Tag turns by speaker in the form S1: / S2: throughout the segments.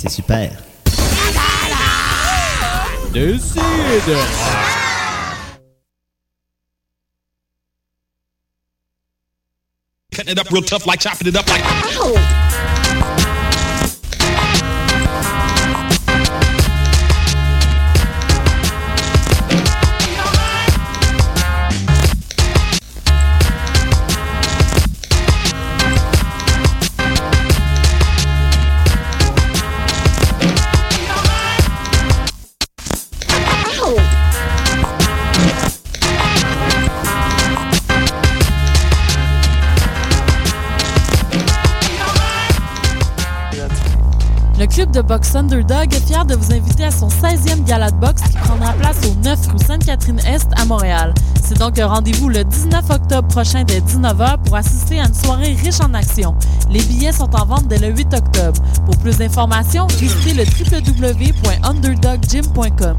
S1: C'est super.
S2: Décide.
S3: Cutting it up real tough, like chopping it up, like.
S4: Le club de boxe Thunderdog est fier de vous inviter à son 16e gala de boxe qui prendra place au 9 rue Sainte-Catherine-Est à Montréal. C'est donc un rendez-vous le 19 octobre prochain dès 19h pour assister à une soirée riche en action. Les billets sont en vente dès le 8 octobre. Pour plus d'informations, visitez le www.underdoggym.com.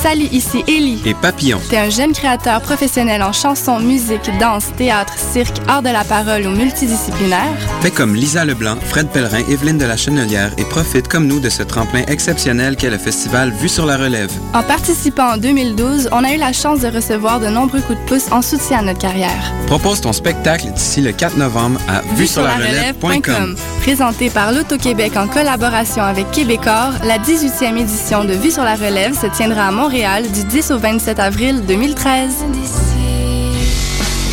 S5: Salut, ici Ellie.
S6: et papillon.
S5: T'es un jeune créateur professionnel en chanson, musique, danse, théâtre, cirque, art de la parole ou multidisciplinaire.
S6: Fais comme Lisa Leblanc, Fred Pellerin, Evelyne de la Chenelière et profite comme nous de ce tremplin exceptionnel qu'est le festival Vue sur la relève.
S5: En participant en 2012, on a eu la chance de recevoir de nombreux coups de pouce en soutien à notre carrière.
S6: Propose ton spectacle d'ici le 4 novembre à vuesurlarelève.com.
S5: Présenté par l'Auto-Québec en collaboration avec Québecor, la 18e édition de Vue sur la relève se tiendra à Montréal du 10 au 27 avril 2013.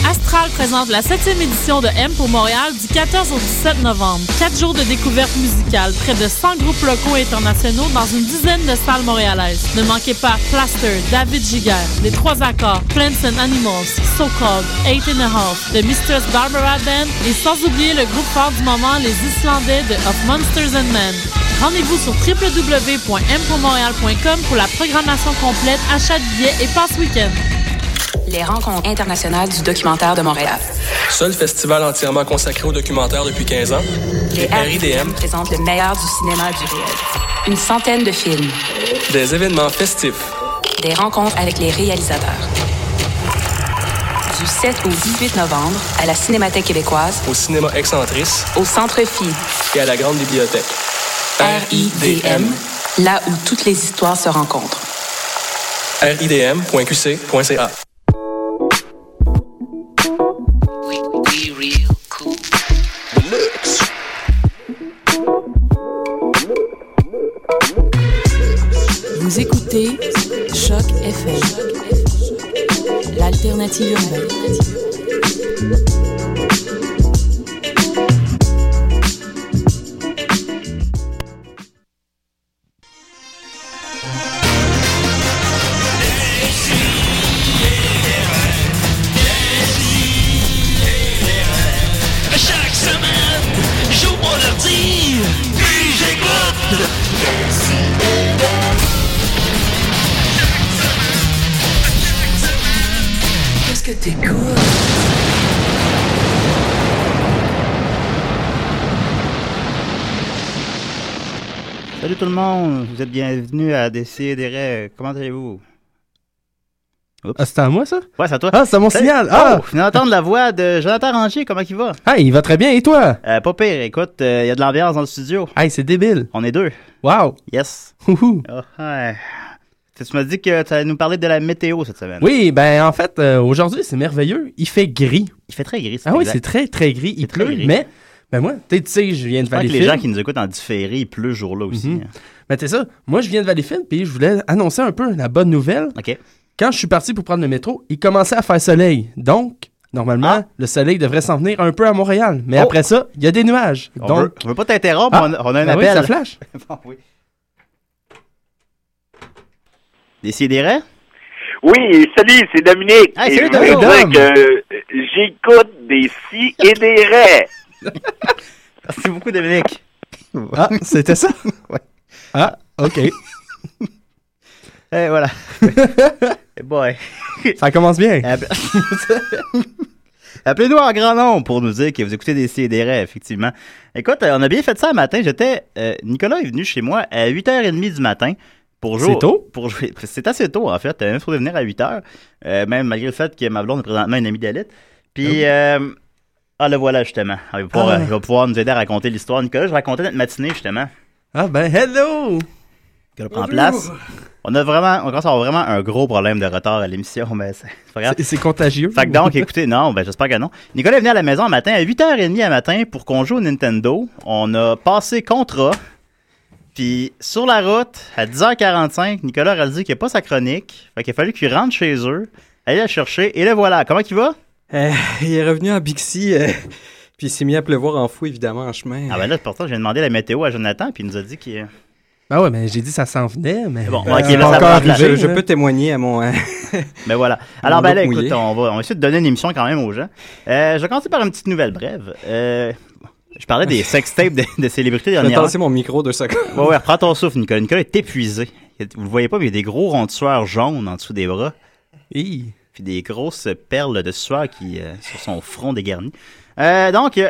S4: Astral présente la 7e édition de M pour Montréal du 14 au 17 novembre. Quatre jours de découverte musicale, près de 100 groupes locaux et internationaux dans une dizaine de salles montréalaises. Ne manquez pas Plaster, David Giger, Les Trois Accords, Plants and Animals, So Called, Eight and a Half, The Mistress Barbara Band et sans oublier le groupe fort du moment, les Islandais de Of Monsters and Men. Rendez-vous sur www.mpourmontréal.com pour la programmation complète, achat de billets et passe week-end.
S7: Les rencontres internationales du documentaire de Montréal.
S8: Seul festival entièrement consacré au documentaire depuis 15 ans,
S7: Les
S8: RIDM.
S7: présentent le meilleur du cinéma et du réel. Une centaine de films,
S8: des événements festifs.
S7: des rencontres avec les réalisateurs. Du 7 au 18 novembre, à la Cinémathèque québécoise,
S8: au cinéma excentrice
S7: au Centre Phi,
S8: et à la grande bibliothèque.
S7: RIDM, là où toutes les histoires se rencontrent.
S9: Euh,
S8: RIDM.qc.ca.
S10: Vous écoutez Choc FM, l'alternative urbaine.
S11: Chaque semaine, j'ouvre mon ordi, puis j'écoute. Qu'est-ce que t'écoutes?
S1: Salut tout le monde, vous êtes bienvenus à Décideret. Comment allez-vous?
S12: Ah, c'est à moi, ça?
S1: Ouais, c'est à toi.
S12: Ah, c'est à mon
S1: Salut.
S12: signal! Ah!
S1: Oh, venez entendre la voix de Jonathan Rangier, comment il va?
S12: Hey, il va très bien, et toi?
S1: Euh, pas pire, écoute, euh, il y a de l'ambiance dans le studio.
S12: Hey, c'est débile!
S1: On est deux.
S12: Wow!
S1: Yes.
S12: Houhou.
S1: Oh, ouais. Tu tu m'as dit que tu allais nous parler de la météo cette semaine.
S12: Oui, ben en fait, euh, aujourd'hui, c'est merveilleux. Il fait gris.
S1: Il fait très gris.
S12: Ah oui,
S1: exact.
S12: c'est très, très gris. Il
S1: très
S12: pleut,
S1: gris.
S12: mais ben moi, tu sais, tu sais, je viens de
S1: Je pense que
S12: Valleyfield.
S1: les gens qui nous écoutent en différé, il pleut ce jour-là aussi. hein.
S12: Mhm. Ben c'est ça, moi, je viens de Valleyfield, puis je voulais annoncer un peu la bonne nouvelle.
S1: OK.
S12: Quand je suis parti pour prendre le métro, il commençait à faire soleil. Donc, normalement, le soleil devrait s'en venir un peu à Montréal. Mais
S1: Ah. Oh.
S12: après ça, il y a des nuages.
S1: On
S12: Donc,
S1: veut, on veut pas t'interrompre,
S12: Ah,
S1: on, a- on a un
S12: ben oui,
S1: appel.
S12: ça flash.
S1: Bon, oui. Décidérez?
S11: Oui, salut, c'est Dominique.
S1: Hey, salut,
S11: Et je voulais
S12: Dominique.
S11: dire que j'écoute des si et des raies.
S1: Merci beaucoup, Dominique.
S12: Ah, c'était ça?
S1: Ouais.
S12: Ah, OK.
S1: Et voilà. Eh boy.
S12: ça commence bien.
S1: Appe- Appelez-nous en grand nombre pour nous dire que vous écoutez des CDR, effectivement. Écoute, euh, on a bien fait ça un matin. J'étais. euh, Nicolas est venu chez moi à 8h30 du matin. Pour jouer,
S12: C'est tôt?
S1: Pour jouer, c'est assez tôt, en fait. Euh, Même si venir à 8h, euh, même malgré le fait que ma blonde est présentement une amie d'élite. Puis, euh, Ah, le voilà, justement. Ah, il, va pouvoir,
S12: Ah.
S1: euh, il va pouvoir nous aider à raconter l'histoire. Nicolas, je racontais notre matinée, justement.
S12: Ah, ben, hello!
S1: Nicolas prend place. On a vraiment, on commence à avoir vraiment un gros problème de retard à l'émission, mais c'est c'est pas grave.
S12: C'est contagieux.
S1: Ah. Fait que donc, écoutez, non, ben j'espère que non. Nicolas est venu à la maison un matin à 8h30 à matin pour qu'on joue au Nintendo. On a passé contrat. Puis sur la route, à 10h45, Nicolas a réalisé qu'il n'y a pas sa chronique. Fait qu'il a fallu qu'il rentre chez eux, aller la chercher, et le voilà. Comment il va?
S13: Euh, il est revenu en Bixi, euh, puis il s'est mis à pleuvoir en fou, évidemment, en chemin.
S1: Ah ben là, c'est pour ça que j'ai demandé la météo à Jonathan, puis il nous a dit qu'il...
S12: Ben ouais, mais j'ai dit ça s'en venait, mais.
S1: Bon,
S12: Euh,
S1: ok,
S12: c'est
S1: là, ça
S12: encore
S1: part de la-
S12: arrivé, hein.
S1: je- je
S12: là.
S1: peux
S13: témoigner à mon. euh,
S1: Mais voilà.
S13: Mon
S1: Alors, ben
S13: look
S1: là, écoute,
S13: mouillé.
S1: on va, on va essayer de donner une émission quand même aux gens. Euh, je vais commencer par une petite nouvelle brève. Euh, je parlais des sextapes de, de célébrités
S13: Je vais
S1: dernièrement.
S13: tasser mon micro deux secondes.
S1: Ouais, ouais, reprends ton souffle, Nicolas. Nicolas est épuisé. Il- Vous le voyez pas, mais il y a des gros ronds de sueur jaunes en dessous des bras. Puis des grosses perles de sueur qui, euh, sur son front dégarni. Euh, donc, euh,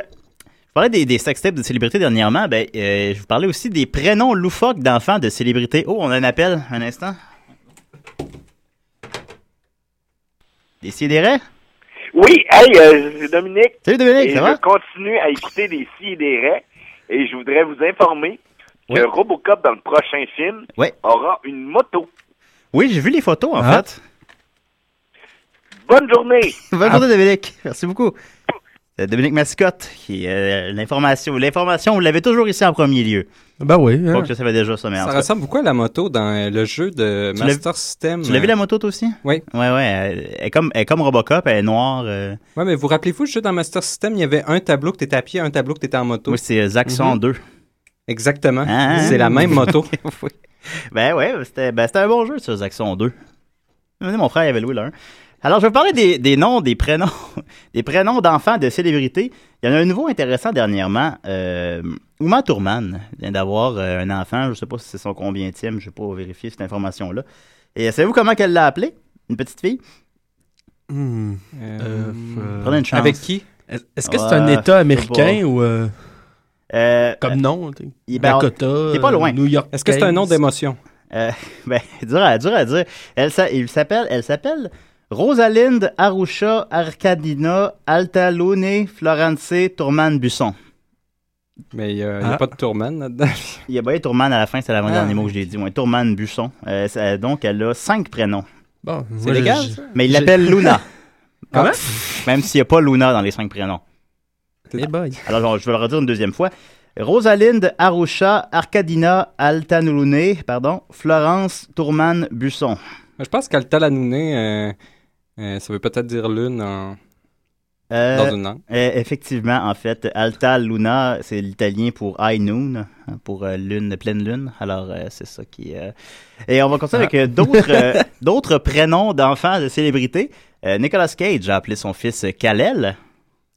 S1: je parlais des, des sextapes de célébrités dernièrement. Ben, euh, je vous parlais aussi des prénoms loufoques d'enfants de célébrités. Oh, on a un appel, un instant. Décidérez.
S9: Oui, hey, euh, c'est Dominique.
S1: Salut Dominique,
S9: Et
S1: ça
S9: je
S1: va?
S9: continue à écouter des si et des raies. Et je voudrais vous informer que Robocop, dans le prochain film,
S1: Ouais.
S9: aura une moto.
S1: Oui, j'ai vu les photos, en
S9: Ah.
S1: fait.
S9: Bonne journée!
S1: Bonne journée,
S13: Ah.
S1: Dominique. Merci beaucoup. C'est Dominique Mascotte, qui euh, l'information. L'information, vous l'avez toujours ici en premier lieu.
S12: Ben oui.
S1: Pas que je savais déjà ça, mais en
S13: Ah. Ça
S1: tout cas.
S13: ressemble beaucoup à la moto dans euh, le jeu de
S1: Tu l'as-
S13: Master System.
S1: Tu l'as vu la moto, toi aussi?
S13: Oui.
S1: Ouais, ouais. Elle, elle est comme, elle est comme Robocop, elle est noire. euh.
S13: Ouais, mais vous rappelez-vous, le jeu dans Master System, il y avait un tableau que t'étais à pied, un tableau que t'étais en moto.
S1: Moi, c'est euh, Zach 102.
S13: Exactement.
S1: Hein?
S13: Mhm. C'est la même moto.
S1: Oui. Ben ouais, c'était ben, c'était un bon jeu, ça, Zach 102. Mon frère il avait loué le un. Alors, je vais vous parler des, des noms, des prénoms, des prénoms d'enfants, de célébrités. Il y en a un nouveau intéressant dernièrement. Euh, Uma Thurman vient d'avoir euh, un enfant. Je sais pas si c'est son combienième. Je vais pas vérifier cette information-là. Et savez-vous comment qu'elle l'a appelé? Une petite fille? Euh,
S13: Euh,
S1: Prenez une chance.
S12: Euh, Avec qui? Est- Est-ce que c'est un
S1: Ouais, je sais
S12: État américain
S1: pas.
S12: ou. euh,
S1: Euh,
S12: Comme nom, t'es-
S1: il- ben,
S12: Dakota,
S1: T'es pas loin.
S12: euh, New York Est-ce que
S1: Ben,
S12: c'est un Times. nom d'émotion?
S1: Euh, ben, dur à, dur à dire. Elle, s'a- il s'appelle, elle s'appelle Rosalinde Arusha Arcadina Altalone Florence Tourman Busson.
S13: Mais il n'y a, il y a
S1: Ah.
S13: pas de Tourman là-dedans.
S1: Il y a bien Tourman à la fin, c'est l'avant-dernier
S13: Ah,
S1: mot que j'ai dit. Ouais, Tourman Busson. Euh, ça- donc, elle a cinq prénoms.
S12: Bon,
S1: c'est
S12: moi,
S1: légal.
S12: je-
S1: ça? Mais
S12: je-
S1: il l'appelle Luna.
S13: Ah,
S12: Comment?
S1: Même s'il n'y a pas Luna dans les cinq prénoms.
S12: Eh boy.
S1: Alors, bon, je vais le redire une deuxième fois. Rosalinde Arusha Arcadina Altanulune, pardon, Florence Tourman Busson.
S13: Je pense qu'Altalanouné, euh, euh, ça veut peut-être dire lune en...
S1: Euh,
S13: dans une langue.
S1: euh, effectivement, en fait, Alta Luna, c'est l'italien pour high noon, hein, pour euh, lune, pleine lune. Alors, euh, c'est ça qui. euh, Et on va continuer avec
S13: Ah.
S1: euh, d'autres, euh, d'autres prénoms d'enfants de célébrités. Euh, Nicolas Cage a appelé son fils Kalel.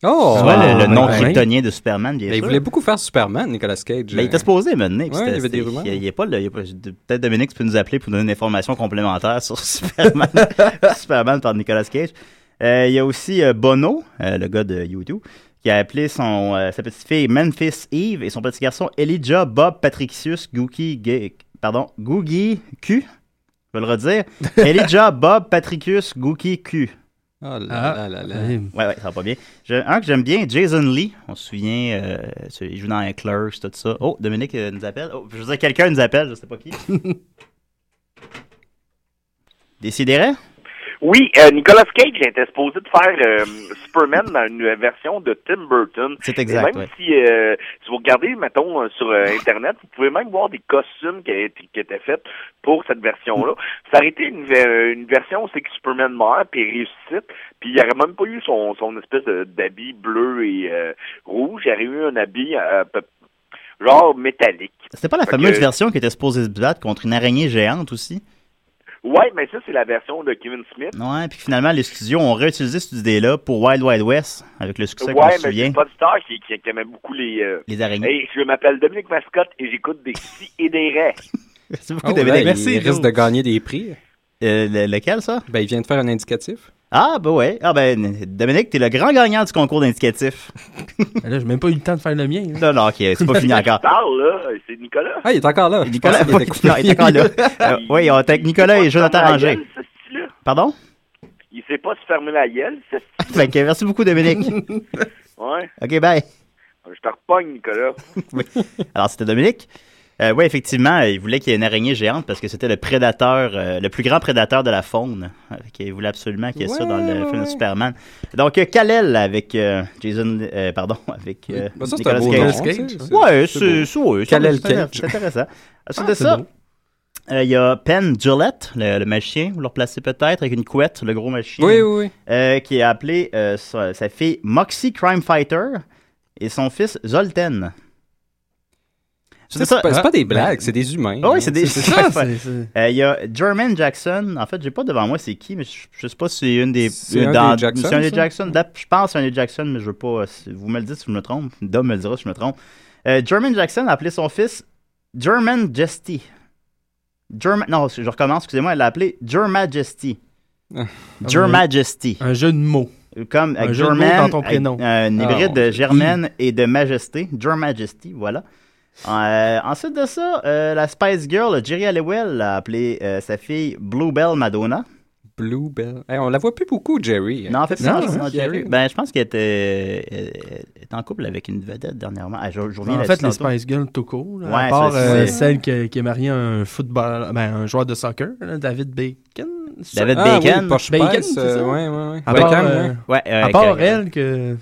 S13: Oh!
S1: Tu vois, le- le,
S13: Ah,
S1: nom
S13: ben oui.
S1: kryptonien de Superman, bien
S13: Mais il
S1: sûr.
S13: voulait beaucoup faire Superman, Nicolas Cage.
S1: Ben, il était supposé mener.
S13: Ouais, il y avait des rumeurs.
S1: Il y a pas le- il y a pas- Peut-être Dominique, tu peux nous appeler pour nous donner une information complémentaire sur Superman, Superman par Nicolas Cage. Euh, il y a aussi euh, Bono, euh, le gars de YouTube, qui a appelé son, euh, sa petite fille Memphis Eve et son petit garçon Elijah Bob Patricius Googie Gay- pardon, Googie Q. Je vais le redire. Elijah Bob Patricius Googie Q.
S13: Oh là là là là.
S1: Ouais, ouais, ça va pas bien. J'ai un que j'aime bien, Jason Lee. On se souvient, euh, celui- il joue dans un Clerks, tout ça. Oh, Dominique euh, nous appelle. Oh, je veux dire, quelqu'un nous appelle, je sais pas qui. Décidérez?
S9: Oui, euh, Nicolas Cage était supposé de faire euh, Superman dans une version de Tim Burton.
S1: C'est exact,
S9: Et même
S1: ouais.
S9: si, euh, si vous regardez, mettons, euh, sur euh, Internet, vous pouvez même voir des costumes qui, a été- qui étaient faits pour cette version-là. Ça aurait été une, ve- une version où c'est que Superman meurt, puis il ressuscite, puis il n'y aurait même pas eu son, son espèce de- d'habit bleu et euh, rouge. Il y aurait eu un habit euh, peu- genre métallique.
S1: C'était pas la
S9: Fait
S1: fameuse
S9: que-
S1: version qui était supposée se battre contre une araignée géante aussi?
S9: Ouais, mais ça, c'est la version de Kevin Smith.
S1: Ouais, puis finalement, les studios ont réutilisé cette idée-là pour Wild Wild West, avec le succès qu'on
S9: ouais,
S1: se
S9: mais
S1: souvient.
S9: c'est pas de star qui, qui, qui aimait beaucoup les... euh,
S1: Les araignées.
S9: Hey, je m'appelle Dominique Mascotte et j'écoute des si et des raies.
S1: Ah ben, Merci beaucoup,
S13: Oh,
S1: Dominique.
S13: là, il risque de gagner des prix.
S1: Euh, lequel, ça?
S13: Ben, il vient de faire un indicatif.
S1: Ah, ben ouais. Ah, ben, Dominique, t'es le grand gagnant du concours d'indicatif.
S12: Ben là, j'ai même pas eu le temps de faire le mien.
S1: Non, non, ok, c'est pas fini encore.
S9: Parle, là, c'est Nicolas.
S13: Ah, il est encore là.
S1: Nicolas, oui, non, il est encore là. Euh, oui, on est avec Nicolas et Jonathan Ranger. Pardon?
S9: Il il sait pas se fermer la gueule. c'est-
S1: Fait que merci beaucoup, Dominique.
S9: Ouais.
S1: OK, bye.
S9: Je te repogne, Nicolas.
S1: Oui. Alors, c'était Dominique. Euh, oui, effectivement, il voulait qu'il y ait une araignée géante parce que c'était le prédateur, euh, le plus grand prédateur de la faune. Euh, fait qu'il voulait absolument qu'il y ait ça dans le film de Superman. Donc, euh, Kal-El avec euh, Jason, euh, pardon, avec euh,
S13: Ben, ça, c'est
S1: Nicolas
S13: un beau
S1: Cage.
S13: nom, tu sais, c'est- c'est
S1: Ouais, c'est
S13: beau.
S1: c'est- ouais, c'est-
S13: Kal-El
S1: c'est-
S13: Cage.
S1: C'est intéressant. Ensuite
S13: Ah,
S1: de
S13: c'est
S1: ça,
S13: beau.
S1: euh, il y a Penn Gillette, le, le magicien, vous le replacez peut-être, avec une couette, le gros magicien.
S13: Oui, oui, oui.
S1: Euh, qui a appelé euh, sa, sa fille Moxie Crime Fighter et son fils Zoltan.
S13: C'est pas- c'est pas des blagues, c'est des humains. hein,
S1: Ah oui, c'est des.
S13: C'est ça,
S1: Ouais.
S13: c'est-
S1: Euh, Il y a Jermaine Jackson. En fait, j'ai pas devant moi c'est qui, mais je, je sais pas si c'est une des. euh,
S13: C'est un des Jackson,
S1: c'est un des
S13: ça?
S1: Jackson. D'ap- Je pense que c'est un des Jackson, mais je veux pas. euh, si- Vous me le dites si je me trompe. Dom me le dira si je me trompe. Euh, Jermaine Jackson a appelé son fils German Jesty. Germ... Non, je recommence, excusez-moi, elle l'a appelé Jermajesty.
S13: Ah,
S1: Your Majesty.
S12: Un jeu de mots.
S1: Comme
S12: Un
S1: avec
S12: jeu de mots
S1: German,
S12: dans ton prénom.
S1: avec, euh, un
S12: Ah,
S1: hybride
S12: mon
S1: de
S12: Dieu.
S1: Germaine et de Majesté. Your Majesty, voilà. Euh, ensuite de ça, euh, la Spice Girl, Jerry Halliwell, a appelé euh, sa fille Bluebell Madonna.
S13: Bluebell. Hey, on la voit plus beaucoup, Jerry.
S1: Non, en fait, c'est
S13: Non,
S1: non,
S13: hein,
S1: Jerry.
S13: Jerry.
S1: Ben, je pense qu'elle était, elle- elle est en couple avec une vedette dernièrement. Ah, je, je reviens
S12: en
S1: là-dessus
S12: fait, les
S1: tantôt.
S12: Spice Girls tout court, là, à
S1: Ouais,
S12: part
S1: ça,
S12: euh,
S1: c'est-
S12: celle qui, qui est mariée à un, football, ben, un joueur de soccer, là, David Bacon. c'est ça?
S1: David
S13: Ah oui,
S1: Bacon.
S13: Porsche
S12: Bacon,
S13: Spice,
S12: c'est
S13: euh,
S12: ça?
S13: ouais, ouais, ouais.
S12: À
S13: Bacon,
S12: part, euh,
S1: ouais. Ouais,
S12: à
S1: euh,
S12: part
S1: correct.
S12: elle, que...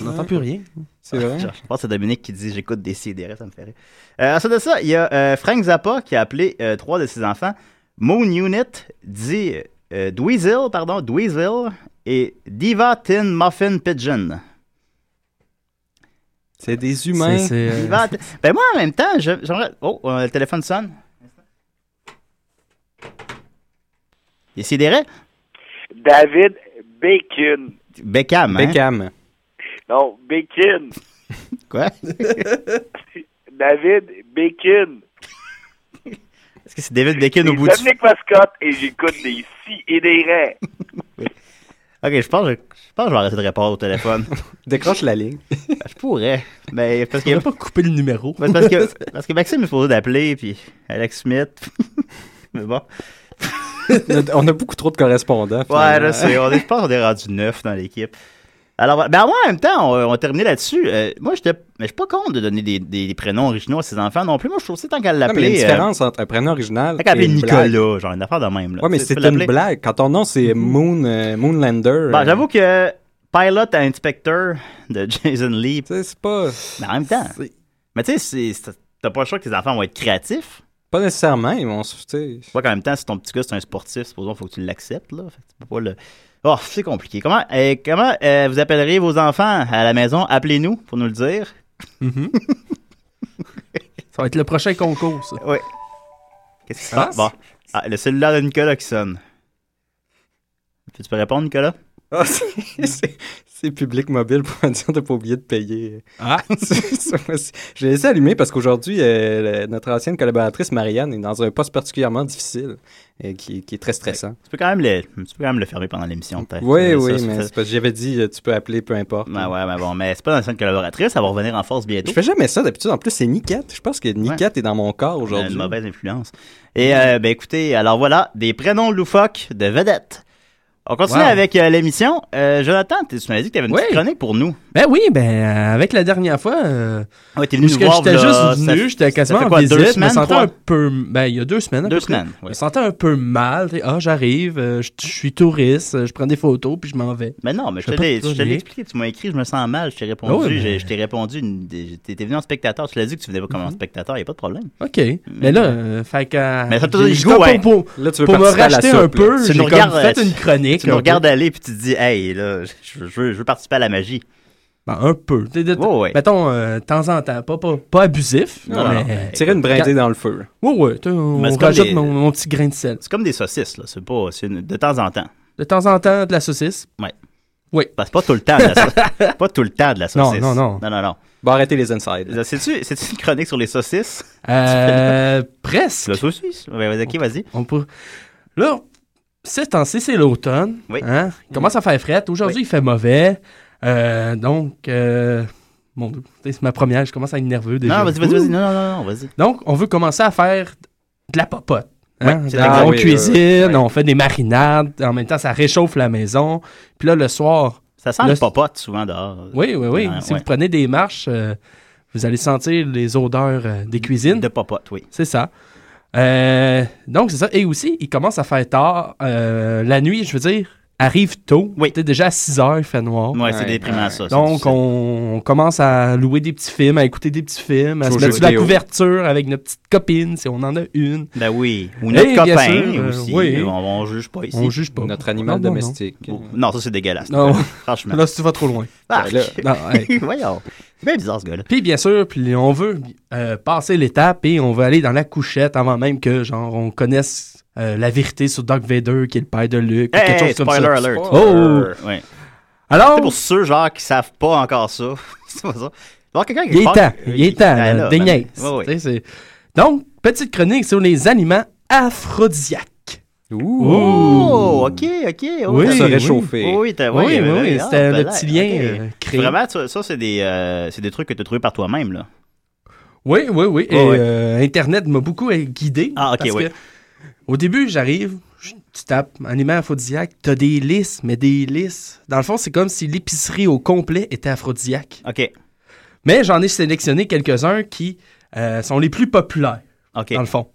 S12: on n'entend plus rien.
S13: C'est vrai.
S1: Je pense que c'est Dominique qui dit J'écoute des sidérés, ça me fait rire. Euh, ensuite de ça, il y a euh, Frank Zappa qui a appelé euh, trois de ses enfants Moon Unit, dit euh, Dweezil, pardon, Dweezil et Diva Tin Muffin Pigeon.
S13: C'est des humains.
S12: euh,
S1: Diva Tin- ben moi, en même temps, je- j'aimerais. Oh, euh, le téléphone sonne. Des sidérés
S9: David Bacon.
S1: Beckham. hein?
S13: Beckham.
S9: Non, Bacon.
S1: Quoi
S9: David Bacon.
S1: Est-ce que c'est David Beckham au bout du.
S9: Dominique Mascotte et j'écoute des si et des raies.
S1: Ok, je pense, que- je pense que je vais arrêter de répondre au téléphone.
S13: Décroche la ligne.
S1: je pourrais. Mais parce qu'il y a
S12: On pas couper le numéro.
S1: Ouais, c'est parce, que, parce que Maxime est supposé d'appeler, puis Alex Smith. Mais bon.
S13: on a beaucoup trop de correspondants.
S1: Ouais,
S13: finalement.
S1: là, c'est, on est, je pense qu'on est rendu neuf dans l'équipe. Alors, voilà. ben, moi, en même temps, on, on terminait là-dessus. Euh, moi, j'étais, mais je suis pas contre de donner des, des- des prénoms originaux à ses enfants non plus. Moi, je trouve que c'est tant qu'à
S13: Non, mais il y a
S1: l'appeler.
S13: une
S1: euh,
S13: différence entre un prénom original
S1: tant qu'à l'appeler
S13: et une
S1: Nicolas,
S13: blague.
S1: genre une affaire de même. Là.
S13: Ouais, mais
S1: Tu sais,
S13: c'est
S1: tu
S13: une
S1: peux l'appeler-
S13: blague. Quand ton nom, c'est Moon, euh, Moonlander. euh,
S1: Bon, j'avoue que Pilot à Inspector de Jason Lee.
S13: C'est pas.
S1: Mais en même temps. Mais tu sais, c'est- c'est- t'as pas le choix que tes enfants vont être créatifs.
S13: Pas nécessairement, mais on se. tu sais.
S1: Tu vois qu'en même temps, si ton petit gars c'est un sportif, supposons, faut que tu l'acceptes, là. Fait que tu peux pas le. Oh, c'est compliqué. Comment, euh, comment euh, vous appelleriez vos enfants à la maison? Appelez-nous pour nous le dire.
S12: Ça va être le prochain concours, ça.
S1: Oui. Qu'est-ce qui se
S12: Ah,
S1: passe? Bon. Ah, le cellulaire de Nicolas qui sonne. Tu peux répondre, Nicolas?
S13: Ah, c'est- c'est c'est public mobile pour me dire de pas oublier de payer.
S12: Ah!
S13: J'ai laissé allumer parce qu'aujourd'hui, euh, le- notre ancienne collaboratrice Marianne est dans un poste particulièrement difficile euh, qui, qui est très stressant.
S1: Tu peux quand même le, tu peux quand même le fermer pendant l'émission, peut-être.
S13: Oui,
S1: Ça,
S13: oui,
S1: ça,
S13: mais
S1: ça-
S13: c'est parce que j'avais dit euh, tu peux appeler peu importe.
S1: Ah ouais, mais bon, mais c'est pas une ancienne collaboratrice, elle va revenir en force bientôt.
S13: Je fais jamais ça d'habitude. En plus, c'est Niquette. Je pense que Niquette est dans mon corps aujourd'hui.
S1: Une mauvaise influence. Et euh, ben écoutez, alors voilà, des prénoms loufoques de vedettes. On continue
S12: Wow.
S1: avec euh, l'émission. Euh, Jonathan, t'es- tu m'as dit que t'avais une
S12: Oui.
S1: petite chronique pour nous. Ah
S12: Ben oui, ben euh, avec la dernière fois. euh,
S1: Ouais, t'es venu
S12: parce
S1: nous voir,
S12: que J'étais
S1: là,
S12: juste
S1: ça-
S12: venu, j'étais
S1: ça
S12: quasiment
S1: fait
S12: en
S1: quoi, deux
S12: visite. je me
S1: semaines,
S12: sentais
S1: trois?
S12: un peu. Ben, il y a deux semaines. à
S1: Deux
S12: peu près.
S1: semaines,
S12: Je
S1: oui.
S12: me sentais un peu mal. tu sais, Ah, j'arrive, euh, je je suis touriste, euh, je prends des photos, puis je m'en vais.
S1: Mais non, mais je
S12: Je
S1: te
S12: fais
S1: l'ai
S12: pas de
S1: je te l'ai
S12: chronique.
S1: expliqué, tu m'as écrit, je me sens mal, je t'ai répondu,
S12: Ah oui, mais- Mm-hmm.
S1: j'ai- je t'ai répondu, une- des- t'étais venu en spectateur, tu l'as dit que tu venais pas comme en spectateur, il a pas de problème.
S12: OK. Mais, là, euh, fait que. euh,
S1: Mais ça te
S12: j'ai-
S1: donne le
S12: j'ai-
S1: goût,
S12: pour-
S1: ouais.
S12: pour,
S13: Là, tu veux
S12: pour me
S13: participer à la
S12: racheter
S13: soupe,
S12: un
S13: là.
S12: peu,
S1: Tu
S12: j'ai
S1: nous
S12: comme
S1: regardes,
S12: fait
S1: euh,
S12: une chronique.
S1: Tu nous
S12: un peu.
S1: regardes aller puis tu te dis, hey, là, je, je veux, je veux participer à la magie.
S12: Ben, un peu. Tu sais, de-
S1: Ouais, ouais.
S12: Mettons, euh, de temps en temps, pas, pas, pas abusif.
S1: Non, non,
S12: mais...
S1: non.
S13: Tirer une brindée dans le feu.
S12: Ouais, ouais, tu sais, on
S1: Mais c'est comme
S12: rajoute
S1: des-
S12: mon, mon petit grain de sel.
S1: C'est comme des saucisses, là, c'est pas, c'est une- de temps en temps.
S12: De temps en temps, de la saucisse.
S1: Ouais.
S12: Oui.
S1: Ben, c'est pas tout le temps de la saucisse. pas tout le temps de la
S12: Non,
S1: saucisse.
S12: non, non.
S1: Non, non, non.
S13: Bon, arrêtez les insides.
S1: Là, C'est-tu c'est-tu une chronique sur les saucisses?
S12: Euh, presque.
S1: La saucisse? Ouais, vas-y, ok, vas-y.
S12: On peut... Là, ce temps-ci, c'est l'automne.
S1: Oui.
S12: hein. Il commence à faire fret. Aujourd'hui, il fait mauvais. Euh, donc, euh, mon Dieu, tu sais, c'est ma première. Je commence à être nerveux déjà.
S1: Non, vas-y, vas-y, vas-y. Non, non, non, non, vas-y.
S12: Donc, on veut commencer à faire de la popote.
S1: Ouais,
S12: Hein?
S1: c'est
S12: Dans-
S1: exact.
S12: on
S1: Oui, oui,
S12: cuisine,
S1: oui, oui.
S12: on fait des marinades. En même temps, ça réchauffe la maison. Puis là, le soir.
S1: Ça sent
S12: le
S1: le popote souvent dehors.
S12: Oui, oui, oui.
S1: Ouais,
S12: si
S1: ouais.
S12: vous prenez des marches, euh, vous allez sentir les odeurs euh, des cuisines. De
S1: popote, oui.
S12: C'est ça. Euh, donc, c'est ça. Et aussi, il commence à faire tard. euh, la nuit, je veux dire, arrive tôt. Oui. déjà à 6 heures, il fait noir.
S1: Ouais, c'est déprimant, ça, c'est
S12: Donc, on, on commence à louer des petits films, à écouter des petits films, à
S1: Jouer
S12: se mettre
S1: aux jeux
S12: sous la
S1: vidéo.
S12: couverture avec notre petite copine, si on en a une.
S1: Ben oui. Ou notre
S12: Et bien
S1: copain
S12: sûr, euh,
S1: aussi.
S12: oui.
S1: On, on juge pas ici.
S12: On juge pas. Notre animal Non, non, non. domestique.
S1: Ou- Non, ça c'est dégueulasse.
S12: Non.
S1: Franchement.
S12: Là, si tu vas trop loin.
S1: Ah,
S12: Là- Non, hey.
S1: Voyons. C'est bien bizarre ce gars-là.
S12: Puis bien sûr, puis on veut euh, passer l'étape et on veut aller dans la couchette avant même que genre on connaisse euh, la vérité sur Dark Vader qui est le père de Luke, ou
S1: Hey,
S12: quelque chose comme
S1: spoiler
S12: ça.
S1: alert.
S12: Oh,
S1: Ouais.
S12: Alors-
S1: C'est pour ceux genre qui savent pas encore ça. c'est pas ça. Il va y avoir quelqu'un
S12: il est
S1: part-
S12: temps,
S1: euh,
S12: il est
S1: qui-
S12: temps,
S1: Ben
S12: là,
S1: là,
S12: des
S1: ben-
S12: niaises,
S1: Ouais, ouais.
S12: tu sais, c'est- Donc petite chronique sur les aliments aphrodisiaques.
S1: Oh, ok, ok. oh,
S12: Oui,
S1: t'as-
S12: se réchauffer.
S13: Oh.
S1: Oui, oui, t'as-
S12: Oui,
S1: oui,
S12: oui, oui,
S1: ah,
S12: c'était
S1: ben
S12: le
S1: là,
S12: petit lien,
S1: ok.
S12: euh, créé.
S1: Vraiment, ça, ça, c'est des, euh, c'est des trucs que tu as trouvé par toi-même, là.
S12: Oui, oui, oui.
S1: Oh,
S12: et
S1: ouais.
S12: euh, Internet m'a beaucoup euh, guidé.
S1: Ah, ok,
S12: parce
S1: oui.
S12: que Au début, j'arrive, je- tu tapes aliment aphrodisiaque, t'as des listes, mais des listes. Dans le fond, c'est comme si l'épicerie au complet était aphrodisiaque.
S1: OK.
S12: Mais j'en ai sélectionné quelques-uns qui euh, sont les plus populaires.
S1: OK.
S12: Dans le fond.